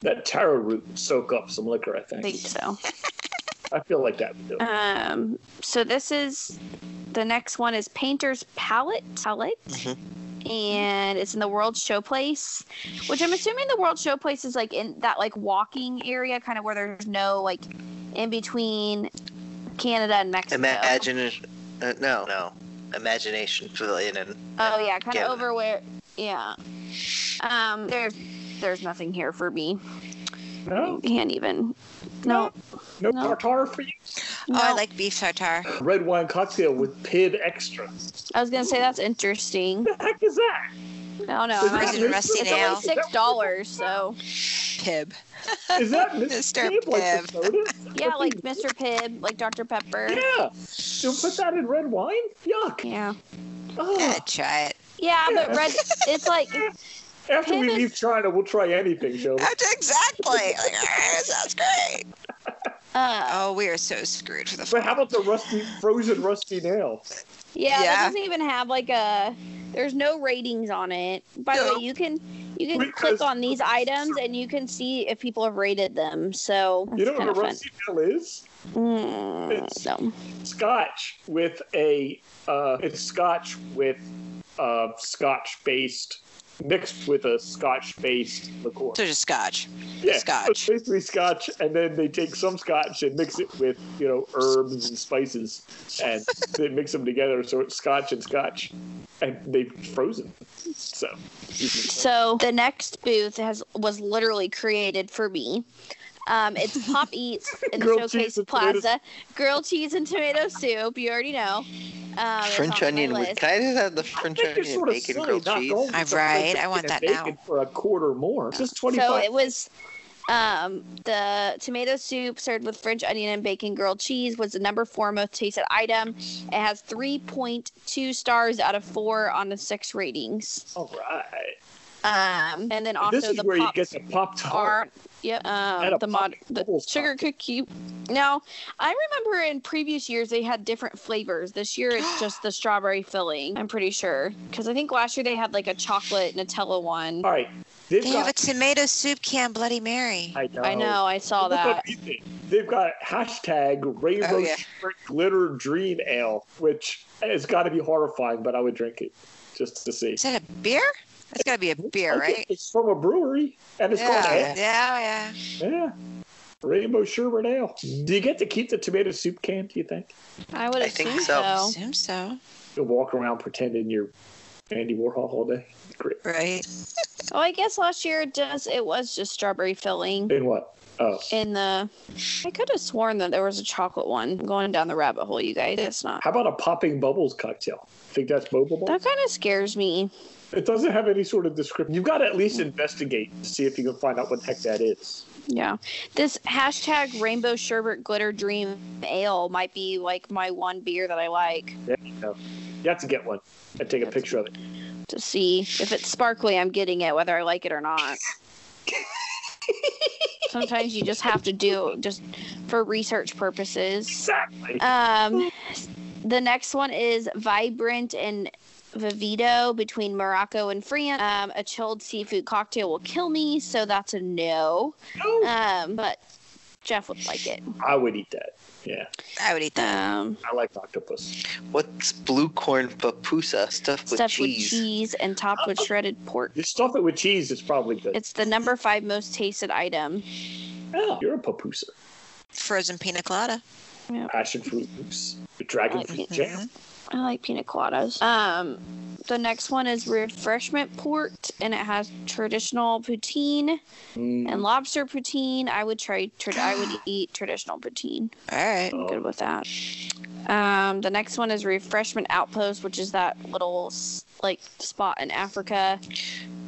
[SPEAKER 2] That taro root would soak up some liquor, I
[SPEAKER 1] I
[SPEAKER 2] think.
[SPEAKER 1] think so.
[SPEAKER 2] I feel like that would do it.
[SPEAKER 1] Um, so this is the next one is Painter's Palette, palette,
[SPEAKER 2] Mm-hmm.
[SPEAKER 1] and it's in the World Showplace, which I'm assuming the World Showplace is like in that like walking area, kind of where there's no like in between Canada and Mexico.
[SPEAKER 4] Imagine uh, no, no. Imagination pavilion and
[SPEAKER 1] Oh yeah, kind
[SPEAKER 4] Yeah.
[SPEAKER 1] of over where. Yeah. Um, there's there's nothing here for me.
[SPEAKER 2] No,
[SPEAKER 1] Can't even.
[SPEAKER 2] No.
[SPEAKER 1] No.
[SPEAKER 2] no
[SPEAKER 1] No.
[SPEAKER 2] tartar for you.
[SPEAKER 3] Oh, I like beef tartare.
[SPEAKER 2] Red wine cocktail with PID extra.
[SPEAKER 1] I was gonna say that's interesting.
[SPEAKER 2] The heck is that?
[SPEAKER 1] No, no,
[SPEAKER 2] Is
[SPEAKER 1] I'm
[SPEAKER 2] that
[SPEAKER 3] Raising rusty
[SPEAKER 2] Mr.
[SPEAKER 1] it's
[SPEAKER 3] nail.
[SPEAKER 1] only six dollars, so
[SPEAKER 3] Pib.
[SPEAKER 2] Is that Mr.
[SPEAKER 3] Mr.
[SPEAKER 2] Pibb, like the
[SPEAKER 3] Pibb.
[SPEAKER 2] soda?
[SPEAKER 1] yeah, like Mr. Pibb, like Dr. Pepper.
[SPEAKER 2] Yeah. You put that in red wine? Yuck.
[SPEAKER 1] Yeah,
[SPEAKER 2] Ugh.
[SPEAKER 3] Yeah, try it.
[SPEAKER 1] yeah, but red. It's like
[SPEAKER 2] After we
[SPEAKER 1] Pibb is-
[SPEAKER 2] leave China, we'll try anything, shall we?
[SPEAKER 3] exactly. Like, "Ah, sounds great.
[SPEAKER 1] uh,
[SPEAKER 3] Oh, we are so screwed for the.
[SPEAKER 2] But how about the rusty, frozen rusty nail?
[SPEAKER 1] Yeah, it
[SPEAKER 3] Yeah.
[SPEAKER 1] doesn't even have like a. There's no ratings on it. By the
[SPEAKER 3] No.
[SPEAKER 1] way, you can you can
[SPEAKER 2] Because-
[SPEAKER 1] click on these items and you can see if people have rated them. So
[SPEAKER 2] You know what
[SPEAKER 1] kind
[SPEAKER 2] a
[SPEAKER 1] of fun.
[SPEAKER 2] rusty nail is?
[SPEAKER 1] Mm, no.
[SPEAKER 2] Scotch with a uh, it's Scotch with uh, Scotch based mixed with a Scotch based liqueur.
[SPEAKER 3] So just scotch.
[SPEAKER 2] yeah,
[SPEAKER 3] Scotch.
[SPEAKER 2] so it's basically Scotch, and then they take some Scotch and mix it with you know herbs and spices, and they mix them together. So it's Scotch and Scotch, and they've frozen. So
[SPEAKER 1] So the next booth has was literally created for me. Um, it's Pop Eats in the
[SPEAKER 2] Grilled cheese
[SPEAKER 1] Showcase
[SPEAKER 2] and tomato-
[SPEAKER 1] Plaza. Grilled cheese and tomato soup. You already know. Um, it's
[SPEAKER 4] French
[SPEAKER 1] on my
[SPEAKER 4] onion with.
[SPEAKER 1] list.
[SPEAKER 4] Can I just have the
[SPEAKER 2] I
[SPEAKER 4] French
[SPEAKER 2] think you're
[SPEAKER 4] onion and
[SPEAKER 2] sort of
[SPEAKER 4] bacon
[SPEAKER 2] silly
[SPEAKER 4] grilled
[SPEAKER 2] not
[SPEAKER 4] cheese?
[SPEAKER 2] going with
[SPEAKER 3] I'm
[SPEAKER 2] the French
[SPEAKER 3] right, I want
[SPEAKER 2] onion
[SPEAKER 3] that
[SPEAKER 2] and bacon for a quarter more. Just twenty
[SPEAKER 1] So
[SPEAKER 2] five.
[SPEAKER 1] it was um, the tomato soup served with French onion and bacon grilled cheese was the number four most tasted item. It has 3.2 stars out of four on the six ratings.
[SPEAKER 2] All right.
[SPEAKER 1] Um, and then also
[SPEAKER 2] this is
[SPEAKER 1] the
[SPEAKER 2] where you
[SPEAKER 1] Pop
[SPEAKER 2] get the pop tart.
[SPEAKER 1] are yeah um,
[SPEAKER 2] And a
[SPEAKER 1] the
[SPEAKER 2] pop
[SPEAKER 1] mod the
[SPEAKER 2] bubbles
[SPEAKER 1] sugar cookie. Now I remember in previous years they had different flavors. This year it's just the strawberry filling. I'm pretty sure because I think last year they had like a chocolate Nutella one.
[SPEAKER 2] All right, they've
[SPEAKER 3] They have a
[SPEAKER 2] got.
[SPEAKER 3] tomato soup can Bloody Mary.
[SPEAKER 2] I know.
[SPEAKER 1] I know I saw
[SPEAKER 2] Look up
[SPEAKER 1] that.
[SPEAKER 2] anything. They've got hashtag rainbow
[SPEAKER 3] Oh, yeah.
[SPEAKER 2] Secret glitter dream ale, which has got to be horrifying, but I would drink it just to see.
[SPEAKER 3] Is that a beer? That's got to be a beer,
[SPEAKER 2] I think
[SPEAKER 3] right?
[SPEAKER 2] It's from a brewery, and it's called
[SPEAKER 3] yeah.
[SPEAKER 2] ale.
[SPEAKER 3] yeah, yeah.
[SPEAKER 2] Yeah. Rainbow sherbet ale. Do you get to keep the tomato soup can? Do you think?
[SPEAKER 1] I would
[SPEAKER 4] I think
[SPEAKER 1] assume
[SPEAKER 4] so.
[SPEAKER 1] so.
[SPEAKER 3] Assume so.
[SPEAKER 2] You'll walk around pretending you're Andy Warhol all day. Great.
[SPEAKER 3] Right.
[SPEAKER 1] Oh, I guess last year it does. It was just strawberry filling
[SPEAKER 2] And what? Oh,
[SPEAKER 1] in the. I could have sworn that there was a chocolate one. I'm going down the rabbit hole, you guys. It's not.
[SPEAKER 2] how about a popping bubbles cocktail? Think that's bubble balls?
[SPEAKER 1] That kind of scares me.
[SPEAKER 2] It doesn't have any sort of description. You've got to at least investigate to see if you can find out what the heck that is.
[SPEAKER 1] Yeah. This hashtag rainbow sherbet glitter dream ale might be like my one beer that I like
[SPEAKER 2] There you go. You have to get one and take a picture of it.
[SPEAKER 1] to see if it's sparkly. I'm getting it whether I like it or not. Sometimes you just have to do just for research purposes.
[SPEAKER 2] Exactly.
[SPEAKER 1] Um, the next one is Vibrant and Vivito between Morocco and France. Um, a chilled seafood cocktail will kill me, so that's a no.
[SPEAKER 2] No,
[SPEAKER 1] Um, but Jeff would like it.
[SPEAKER 2] I would eat that. Yeah,
[SPEAKER 3] I would eat that.
[SPEAKER 1] Um,
[SPEAKER 2] I like octopus.
[SPEAKER 4] What's blue corn papusa stuffed with
[SPEAKER 1] stuffed
[SPEAKER 4] cheese?
[SPEAKER 1] with cheese and topped
[SPEAKER 2] Oh.
[SPEAKER 1] with shredded pork.
[SPEAKER 2] You stuff it with cheese, it's probably good.
[SPEAKER 1] It's the number five most tasted item.
[SPEAKER 2] oh, you're a papusa.
[SPEAKER 3] Frozen pina colada.
[SPEAKER 2] Passion fruit loops, dragon
[SPEAKER 1] Like mm-hmm.
[SPEAKER 2] fruit
[SPEAKER 1] it.
[SPEAKER 2] jam.
[SPEAKER 1] I like pina coladas. Um, the next one is refreshment port, and it has traditional poutine.
[SPEAKER 2] Mm.
[SPEAKER 1] and lobster poutine. I would try. Tra- I would eat traditional poutine.
[SPEAKER 3] All right.
[SPEAKER 2] Oh.
[SPEAKER 1] I'm good with that. Um, the next one is refreshment outpost, which is that little s- like spot in Africa.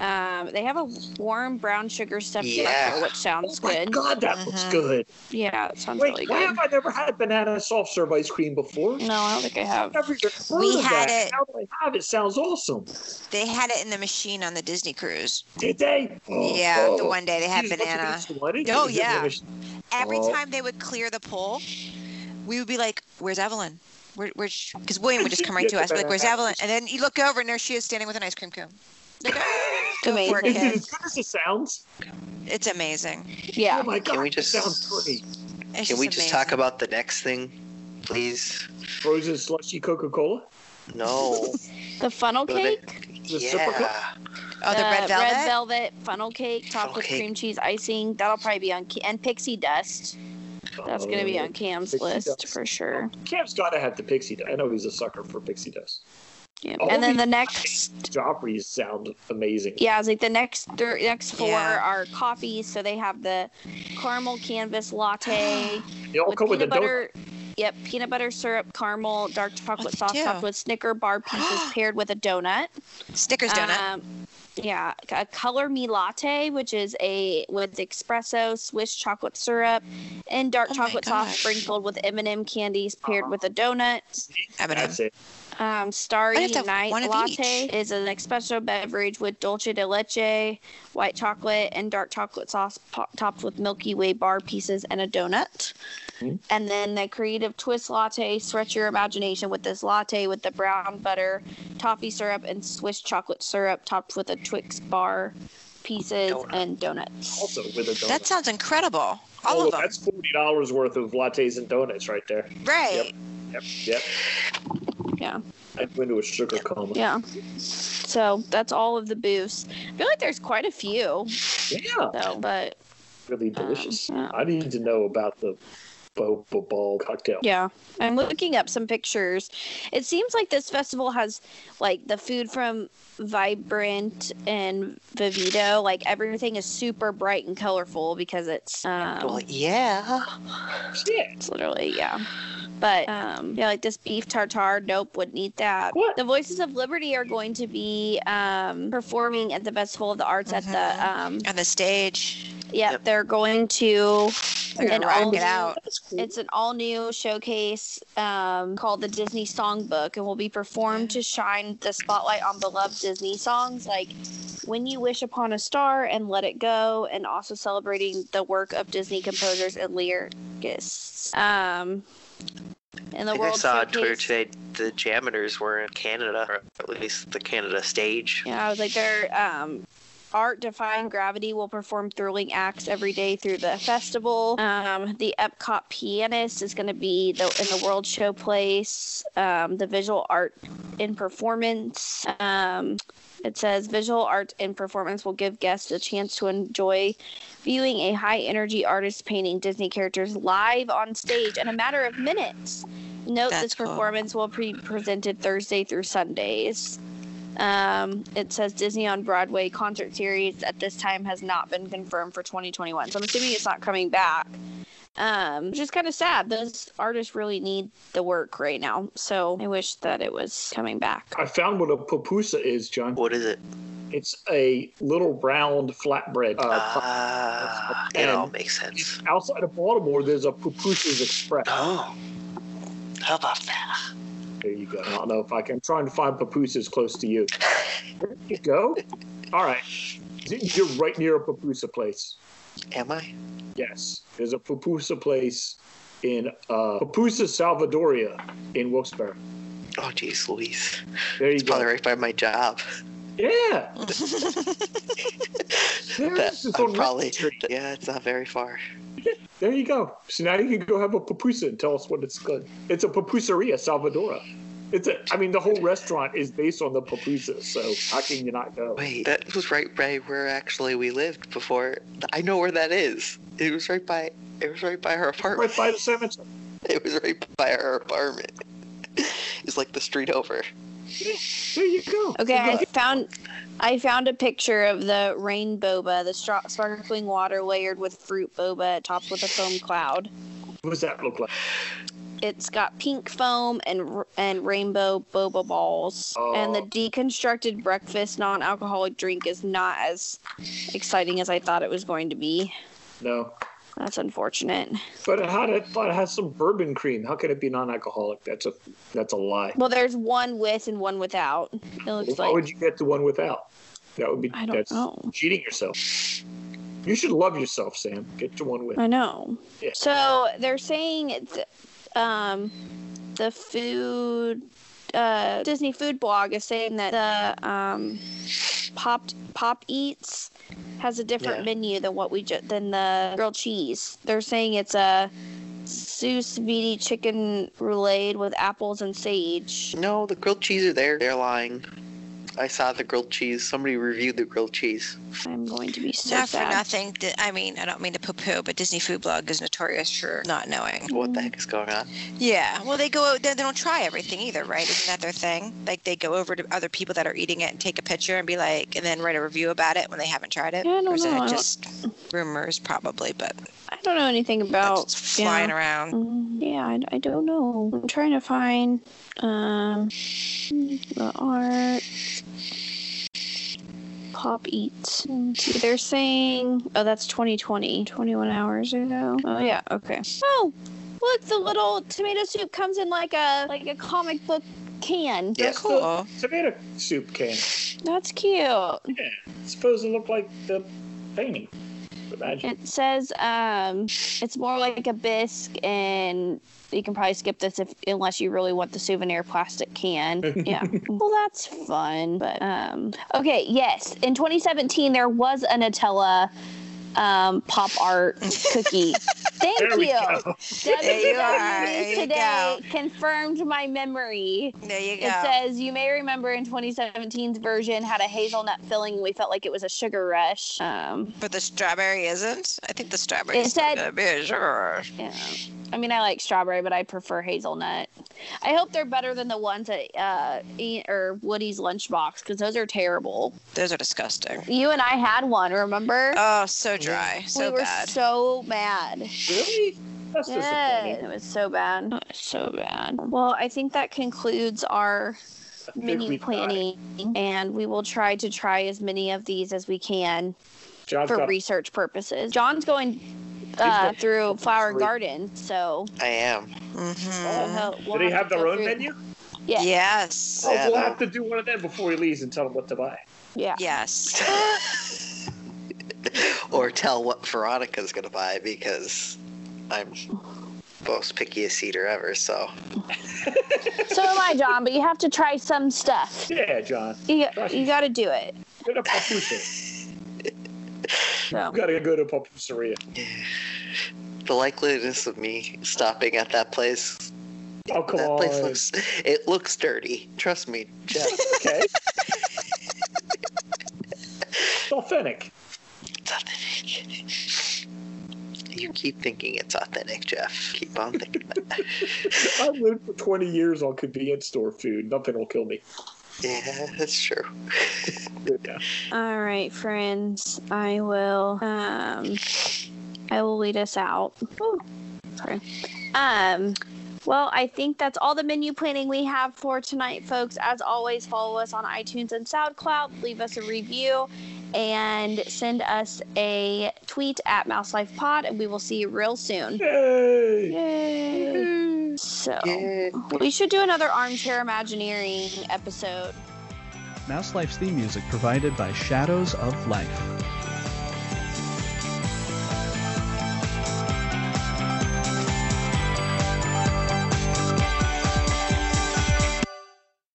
[SPEAKER 1] Um, they have a warm brown sugar stuffed
[SPEAKER 4] Yeah.
[SPEAKER 1] pretzel, which sounds
[SPEAKER 2] oh my
[SPEAKER 1] good.
[SPEAKER 2] God, that looks
[SPEAKER 3] Mhm.
[SPEAKER 2] good.
[SPEAKER 1] Yeah, it sounds
[SPEAKER 2] Wait,
[SPEAKER 1] really
[SPEAKER 2] why
[SPEAKER 1] good.
[SPEAKER 2] have I never had banana soft serve ice cream before?
[SPEAKER 1] No, I don't think I have.
[SPEAKER 2] Never even heard
[SPEAKER 3] We
[SPEAKER 2] of
[SPEAKER 3] had
[SPEAKER 2] that.
[SPEAKER 3] it-
[SPEAKER 2] Now that I have it. Sounds awesome.
[SPEAKER 3] They had it in the machine on the Disney cruise.
[SPEAKER 2] Did they? Oh,
[SPEAKER 3] yeah, the
[SPEAKER 2] oh.
[SPEAKER 3] one day they had
[SPEAKER 2] Geez, what's your
[SPEAKER 3] banana.
[SPEAKER 2] best one? Is
[SPEAKER 3] Oh,
[SPEAKER 2] it- is it
[SPEAKER 3] yeah.
[SPEAKER 2] Amish-
[SPEAKER 3] Every
[SPEAKER 2] Oh.
[SPEAKER 3] time they would clear the poll, we would be like, "Where's Evelyn?" Where, where's because William would just come right to us, be like, "Where's Evelyn?" And then you look over, and there she is standing with an ice cream cone. Like, Go for it,
[SPEAKER 1] Amazing.
[SPEAKER 2] Is it
[SPEAKER 3] kid.
[SPEAKER 2] as good as it sounds?
[SPEAKER 3] It's amazing.
[SPEAKER 1] Yeah.
[SPEAKER 2] Oh my god,
[SPEAKER 4] Can we
[SPEAKER 2] it
[SPEAKER 4] just-
[SPEAKER 2] sounds pretty.
[SPEAKER 3] It's
[SPEAKER 4] Can we just talk
[SPEAKER 3] amazing.
[SPEAKER 4] about the next thing, please?
[SPEAKER 2] Frozen slushy Coca Cola?
[SPEAKER 4] No.
[SPEAKER 1] The funnel
[SPEAKER 4] Go there.
[SPEAKER 1] cake.
[SPEAKER 2] The super
[SPEAKER 4] yeah.
[SPEAKER 3] oh the red velvet?
[SPEAKER 1] red velvet funnel cake topped
[SPEAKER 4] Funnel
[SPEAKER 1] with
[SPEAKER 4] cake.
[SPEAKER 1] cream cheese icing. That'll probably be on Ca- and pixie dust. That's gonna
[SPEAKER 2] Oh.
[SPEAKER 1] be on Cam's
[SPEAKER 2] Pixie
[SPEAKER 1] list
[SPEAKER 2] dust.
[SPEAKER 1] for sure.
[SPEAKER 2] Cam's gotta have the pixie dust. I know he's a sucker for pixie dust.
[SPEAKER 1] Yeah.
[SPEAKER 2] All
[SPEAKER 1] And then
[SPEAKER 2] these-
[SPEAKER 1] the next,
[SPEAKER 2] Joffrey's sound amazing.
[SPEAKER 1] yeah, it's like the next thir- next four
[SPEAKER 3] Yeah.
[SPEAKER 1] are coffees. So they have the caramel canvas latte
[SPEAKER 2] They all
[SPEAKER 1] with peanut
[SPEAKER 2] come with a donut.
[SPEAKER 1] butter. Yep, peanut butter syrup, caramel, dark chocolate
[SPEAKER 3] they
[SPEAKER 1] sauce,
[SPEAKER 3] do?
[SPEAKER 1] topped with Snicker bar pieces paired with a donut.
[SPEAKER 2] Uh,
[SPEAKER 3] Snickers donut.
[SPEAKER 1] Um, yeah, a color me latte, which is a with espresso, Swiss chocolate syrup, and dark
[SPEAKER 3] Oh my
[SPEAKER 1] chocolate sauce
[SPEAKER 3] gosh.
[SPEAKER 1] sprinkled with M and m candies paired with a donut.
[SPEAKER 3] M&M.
[SPEAKER 2] That's it.
[SPEAKER 1] Um, Starry
[SPEAKER 3] I'd have to have
[SPEAKER 1] Night
[SPEAKER 3] one of
[SPEAKER 1] Latte
[SPEAKER 3] each.
[SPEAKER 1] is an espresso beverage with dulce de leche, white chocolate, and dark chocolate sauce po- topped with Milky Way bar pieces and a donut.
[SPEAKER 3] Mm-hmm.
[SPEAKER 2] Hmm.
[SPEAKER 1] And then the Creative Twist Latte, stretch your imagination with this latte with the brown butter, toffee syrup, and Swiss chocolate syrup topped with a Twix bar pieces
[SPEAKER 4] Donut.
[SPEAKER 1] and donuts.
[SPEAKER 2] Also with a donut.
[SPEAKER 3] That sounds incredible. All
[SPEAKER 2] Oh,
[SPEAKER 3] of them.
[SPEAKER 2] That's forty dollars worth of lattes and donuts right there.
[SPEAKER 3] Right.
[SPEAKER 2] Yep. Yep.
[SPEAKER 1] Yeah.
[SPEAKER 2] I went into a sugar coma.
[SPEAKER 1] Yeah. So that's all of the boosts. I feel like there's quite a few,
[SPEAKER 2] Yeah,
[SPEAKER 1] though, but
[SPEAKER 4] Um,
[SPEAKER 2] Really delicious.
[SPEAKER 1] yeah.
[SPEAKER 2] I need to know about the boba ball cocktail.
[SPEAKER 1] Yeah, I'm looking up some pictures. It seems like this festival has like the food from Vibrant and Vivito. Like everything is super bright and colorful because it's um,
[SPEAKER 4] Well, Oh, yeah.
[SPEAKER 2] Yeah.
[SPEAKER 1] it's literally yeah. But um, yeah, like this beef tartare. Nope, wouldn't eat that.
[SPEAKER 2] What?
[SPEAKER 1] The Voices of Liberty are going to be um, performing at the Festival of the Arts at the um,
[SPEAKER 3] On the stage.
[SPEAKER 1] yeah.
[SPEAKER 4] Yep.
[SPEAKER 1] They're going to
[SPEAKER 3] They're
[SPEAKER 1] an
[SPEAKER 3] gonna rock
[SPEAKER 1] all-new-
[SPEAKER 3] it out.
[SPEAKER 2] That's cool.
[SPEAKER 1] It's an all new showcase um, called the Disney Songbook and will be performed to shine the spotlight on beloved Disney songs like When You Wish Upon a Star and Let It Go, and also celebrating the work of Disney composers and lyricists. Um, and the
[SPEAKER 4] I think I
[SPEAKER 1] world
[SPEAKER 4] saw on Twitter
[SPEAKER 1] showcase-
[SPEAKER 4] today the Jameters were in Canada, or at least the Canada stage.
[SPEAKER 1] Yeah, I was like, their um, art defying gravity will perform thrilling acts every day through the festival. Um, the Epcot pianist is going to be the, in the World Showplace. Um, the visual art in performance. Um, it says visual art and performance will give guests a chance to enjoy viewing a high energy artist painting Disney characters live on stage in a matter of minutes. Note
[SPEAKER 3] That's
[SPEAKER 1] this
[SPEAKER 3] cool.
[SPEAKER 1] performance will be presented Thursday through Sundays. Um, it says Disney on Broadway concert series at this time has not been confirmed for 2021. So I'm assuming it's not coming back. Um, which is kind of sad. Those artists really need the work right now. So I wish that it was coming back.
[SPEAKER 2] I found what a pupusa is, John.
[SPEAKER 4] What is it?
[SPEAKER 2] It's a little round flatbread. Uh,
[SPEAKER 4] Ah, it all makes sense.
[SPEAKER 2] outside of Baltimore, there's a Pupusa's Express.
[SPEAKER 4] Oh, how about that?
[SPEAKER 2] There you go. I don't know if I can. I'm trying to find pupusas close to you. There you go. All right. You're right near a pupusa place.
[SPEAKER 4] Am I?
[SPEAKER 2] Yes. There's a pupusa place in uh, Pupusa Salvadoria in Wilkes-Barre.
[SPEAKER 4] Oh, geez, Louise.
[SPEAKER 2] There you
[SPEAKER 4] It's
[SPEAKER 2] go.
[SPEAKER 4] probably right by my job.
[SPEAKER 2] Yeah. there, it
[SPEAKER 4] That,
[SPEAKER 2] is. It's
[SPEAKER 4] I'm
[SPEAKER 2] on
[SPEAKER 4] probably,
[SPEAKER 2] Main Street.
[SPEAKER 4] yeah, it's not very far.
[SPEAKER 2] there you go. So now you can go have a pupusa and tell us what it's good. It's a pupuseria Salvadora. It's a, I mean, the whole restaurant is based on the pupusa, so how can you not go?
[SPEAKER 4] Wait, that was right by where actually we lived before. I know where that is. It was right by. It was right by her apartment.
[SPEAKER 2] Right by the cemetery.
[SPEAKER 4] It was right by her apartment. It's like the street over.
[SPEAKER 2] There you go.
[SPEAKER 1] Okay, I
[SPEAKER 2] Look.
[SPEAKER 1] found I found a picture of the rain boba, the stra- sparkling water layered with fruit boba, topped with a foam cloud.
[SPEAKER 2] What does that look like?
[SPEAKER 1] It's got pink foam and r- and rainbow boba balls. And the
[SPEAKER 2] Oh.
[SPEAKER 1] deconstructed breakfast non-alcoholic drink is not as exciting as I thought it was going to be.
[SPEAKER 2] No.
[SPEAKER 1] That's unfortunate.
[SPEAKER 2] But it had it, thought it has some bourbon cream. How can it be non-alcoholic? That's a that's a lie.
[SPEAKER 1] Well, there's one with and one without. It looks
[SPEAKER 2] Why
[SPEAKER 1] like
[SPEAKER 2] would you get the one without? That would be
[SPEAKER 1] I don't
[SPEAKER 2] that's
[SPEAKER 1] know.
[SPEAKER 2] cheating yourself. You should love yourself, Sam. Get to one with.
[SPEAKER 1] I know.
[SPEAKER 2] Yeah.
[SPEAKER 1] So they're saying, th- um, the food, uh, Disney food blog is saying that the um, popped pop eats has a different
[SPEAKER 4] Yeah.
[SPEAKER 1] menu than what we just than the grilled cheese. They're saying it's a sous vide chicken roulade with apples and sage.
[SPEAKER 4] No, the grilled cheese are there. They're lying. I saw the grilled cheese. Somebody reviewed the grilled cheese.
[SPEAKER 1] I'm going to be so
[SPEAKER 3] Not for
[SPEAKER 1] sad.
[SPEAKER 3] nothing. Di- I mean, I don't mean to poo-poo, but Disney Food Blog is notorious for not knowing.
[SPEAKER 4] What the heck is going on?
[SPEAKER 3] Yeah. Well, they go. out- They, they don't try everything either, right? Isn't that their thing? Like they go over to other people that are eating it and take a picture and be like, and then write a review about it when they haven't tried it.
[SPEAKER 1] Yeah, I don't
[SPEAKER 3] or is
[SPEAKER 1] know. I
[SPEAKER 3] that
[SPEAKER 1] don't-
[SPEAKER 3] just rumors, probably? But
[SPEAKER 1] I don't know anything
[SPEAKER 3] that's
[SPEAKER 1] about.
[SPEAKER 3] just flying around.
[SPEAKER 1] Oh, Mm, yeah, I, I don't know. I'm trying to find um the art. Pop eats. Mm, See, they're saying, oh, that's 2020, 21 hours ago. Oh yeah, okay. Oh, look, the little tomato soup comes in like a like a comic book can.
[SPEAKER 4] Yeah.
[SPEAKER 2] That's the
[SPEAKER 3] Cool.
[SPEAKER 2] tomato soup can.
[SPEAKER 1] That's cute.
[SPEAKER 2] Suppose it looked like the painting. Imagine.
[SPEAKER 1] It says um, it's more like a bisque, and you can probably skip this if unless you really want the souvenir plastic can. Yeah. well, that's fun, but um, okay. Yes, in 2017 there was a Nutella um, pop art cookie. Thank
[SPEAKER 2] There we
[SPEAKER 1] you.
[SPEAKER 2] go.
[SPEAKER 3] There you
[SPEAKER 1] WWE
[SPEAKER 3] are. There you
[SPEAKER 1] today confirmed my memory.
[SPEAKER 3] There you
[SPEAKER 1] It
[SPEAKER 3] go.
[SPEAKER 1] says you may remember in 2017's version had a hazelnut filling. We felt like it was a sugar rush. Um,
[SPEAKER 3] But the strawberry isn't. I think the strawberry.
[SPEAKER 1] It
[SPEAKER 3] is still
[SPEAKER 1] said-
[SPEAKER 3] gonna be a sugar.
[SPEAKER 1] Yeah. I mean, I like strawberry, but I prefer hazelnut. I hope they're better than the ones at uh, Ian- or Woody's lunchbox because those are terrible.
[SPEAKER 3] Those are disgusting.
[SPEAKER 1] You and I had one, remember?
[SPEAKER 3] Oh, so dry. So
[SPEAKER 1] we were
[SPEAKER 3] bad.
[SPEAKER 1] so mad.
[SPEAKER 2] Really? That's
[SPEAKER 1] Yeah, it
[SPEAKER 2] disappointing. Oh,
[SPEAKER 1] was so bad. It was so bad. Well, I think that concludes our
[SPEAKER 2] I think
[SPEAKER 1] mini
[SPEAKER 2] we died.
[SPEAKER 1] planning, and we will try to try as many of these as we can
[SPEAKER 2] John's
[SPEAKER 1] for
[SPEAKER 2] got-
[SPEAKER 1] research purposes. John's going uh,
[SPEAKER 2] He's
[SPEAKER 1] through Flower
[SPEAKER 2] three.
[SPEAKER 1] Garden, so
[SPEAKER 4] I am.
[SPEAKER 1] we'll
[SPEAKER 3] Mhm.
[SPEAKER 1] ho- we'll
[SPEAKER 2] Do they have
[SPEAKER 1] to
[SPEAKER 2] their
[SPEAKER 1] go
[SPEAKER 2] own
[SPEAKER 1] through-
[SPEAKER 2] menu?
[SPEAKER 1] Yeah.
[SPEAKER 3] Yes.
[SPEAKER 2] Oh,
[SPEAKER 4] Yeah.
[SPEAKER 2] we'll have to do one of them before he leaves and tell him what to buy.
[SPEAKER 1] Yeah.
[SPEAKER 3] Yes.
[SPEAKER 4] or tell what Veronica's gonna buy because I'm most pickiest eater ever. So
[SPEAKER 1] So am I, John. But you have to try some stuff.
[SPEAKER 2] Yeah, John.
[SPEAKER 1] You, you got to do it.
[SPEAKER 2] Go to Papusa.
[SPEAKER 1] So.
[SPEAKER 2] You gotta go to Papusaria.
[SPEAKER 4] the likeliness of me stopping at that place,
[SPEAKER 2] Oh, come
[SPEAKER 4] that
[SPEAKER 2] on.
[SPEAKER 4] place looks, it looks dirty. Trust me, Jeff.
[SPEAKER 2] okay. it's authentic.
[SPEAKER 4] It's authentic. You keep thinking it's authentic, Jeff. Keep on thinking that.
[SPEAKER 2] I've lived for 20 years on convenience store food. Nothing will kill me.
[SPEAKER 4] yeah, that's true.
[SPEAKER 2] Yeah.
[SPEAKER 1] All right, friends. I will. Um, I will lead us out. Ooh, sorry. Um. Well, I think that's all the menu planning we have for tonight, folks. As always, follow us on iTunes and SoundCloud. Leave us a review and send us a tweet at Mouse Life Pod, and we will see you real soon.
[SPEAKER 2] Yay!
[SPEAKER 1] Yay!
[SPEAKER 4] Oh.
[SPEAKER 1] So.
[SPEAKER 4] Yeah.
[SPEAKER 1] We should do another armchair imagineering episode.
[SPEAKER 5] Mouse Life's theme music provided by Shadows of Life.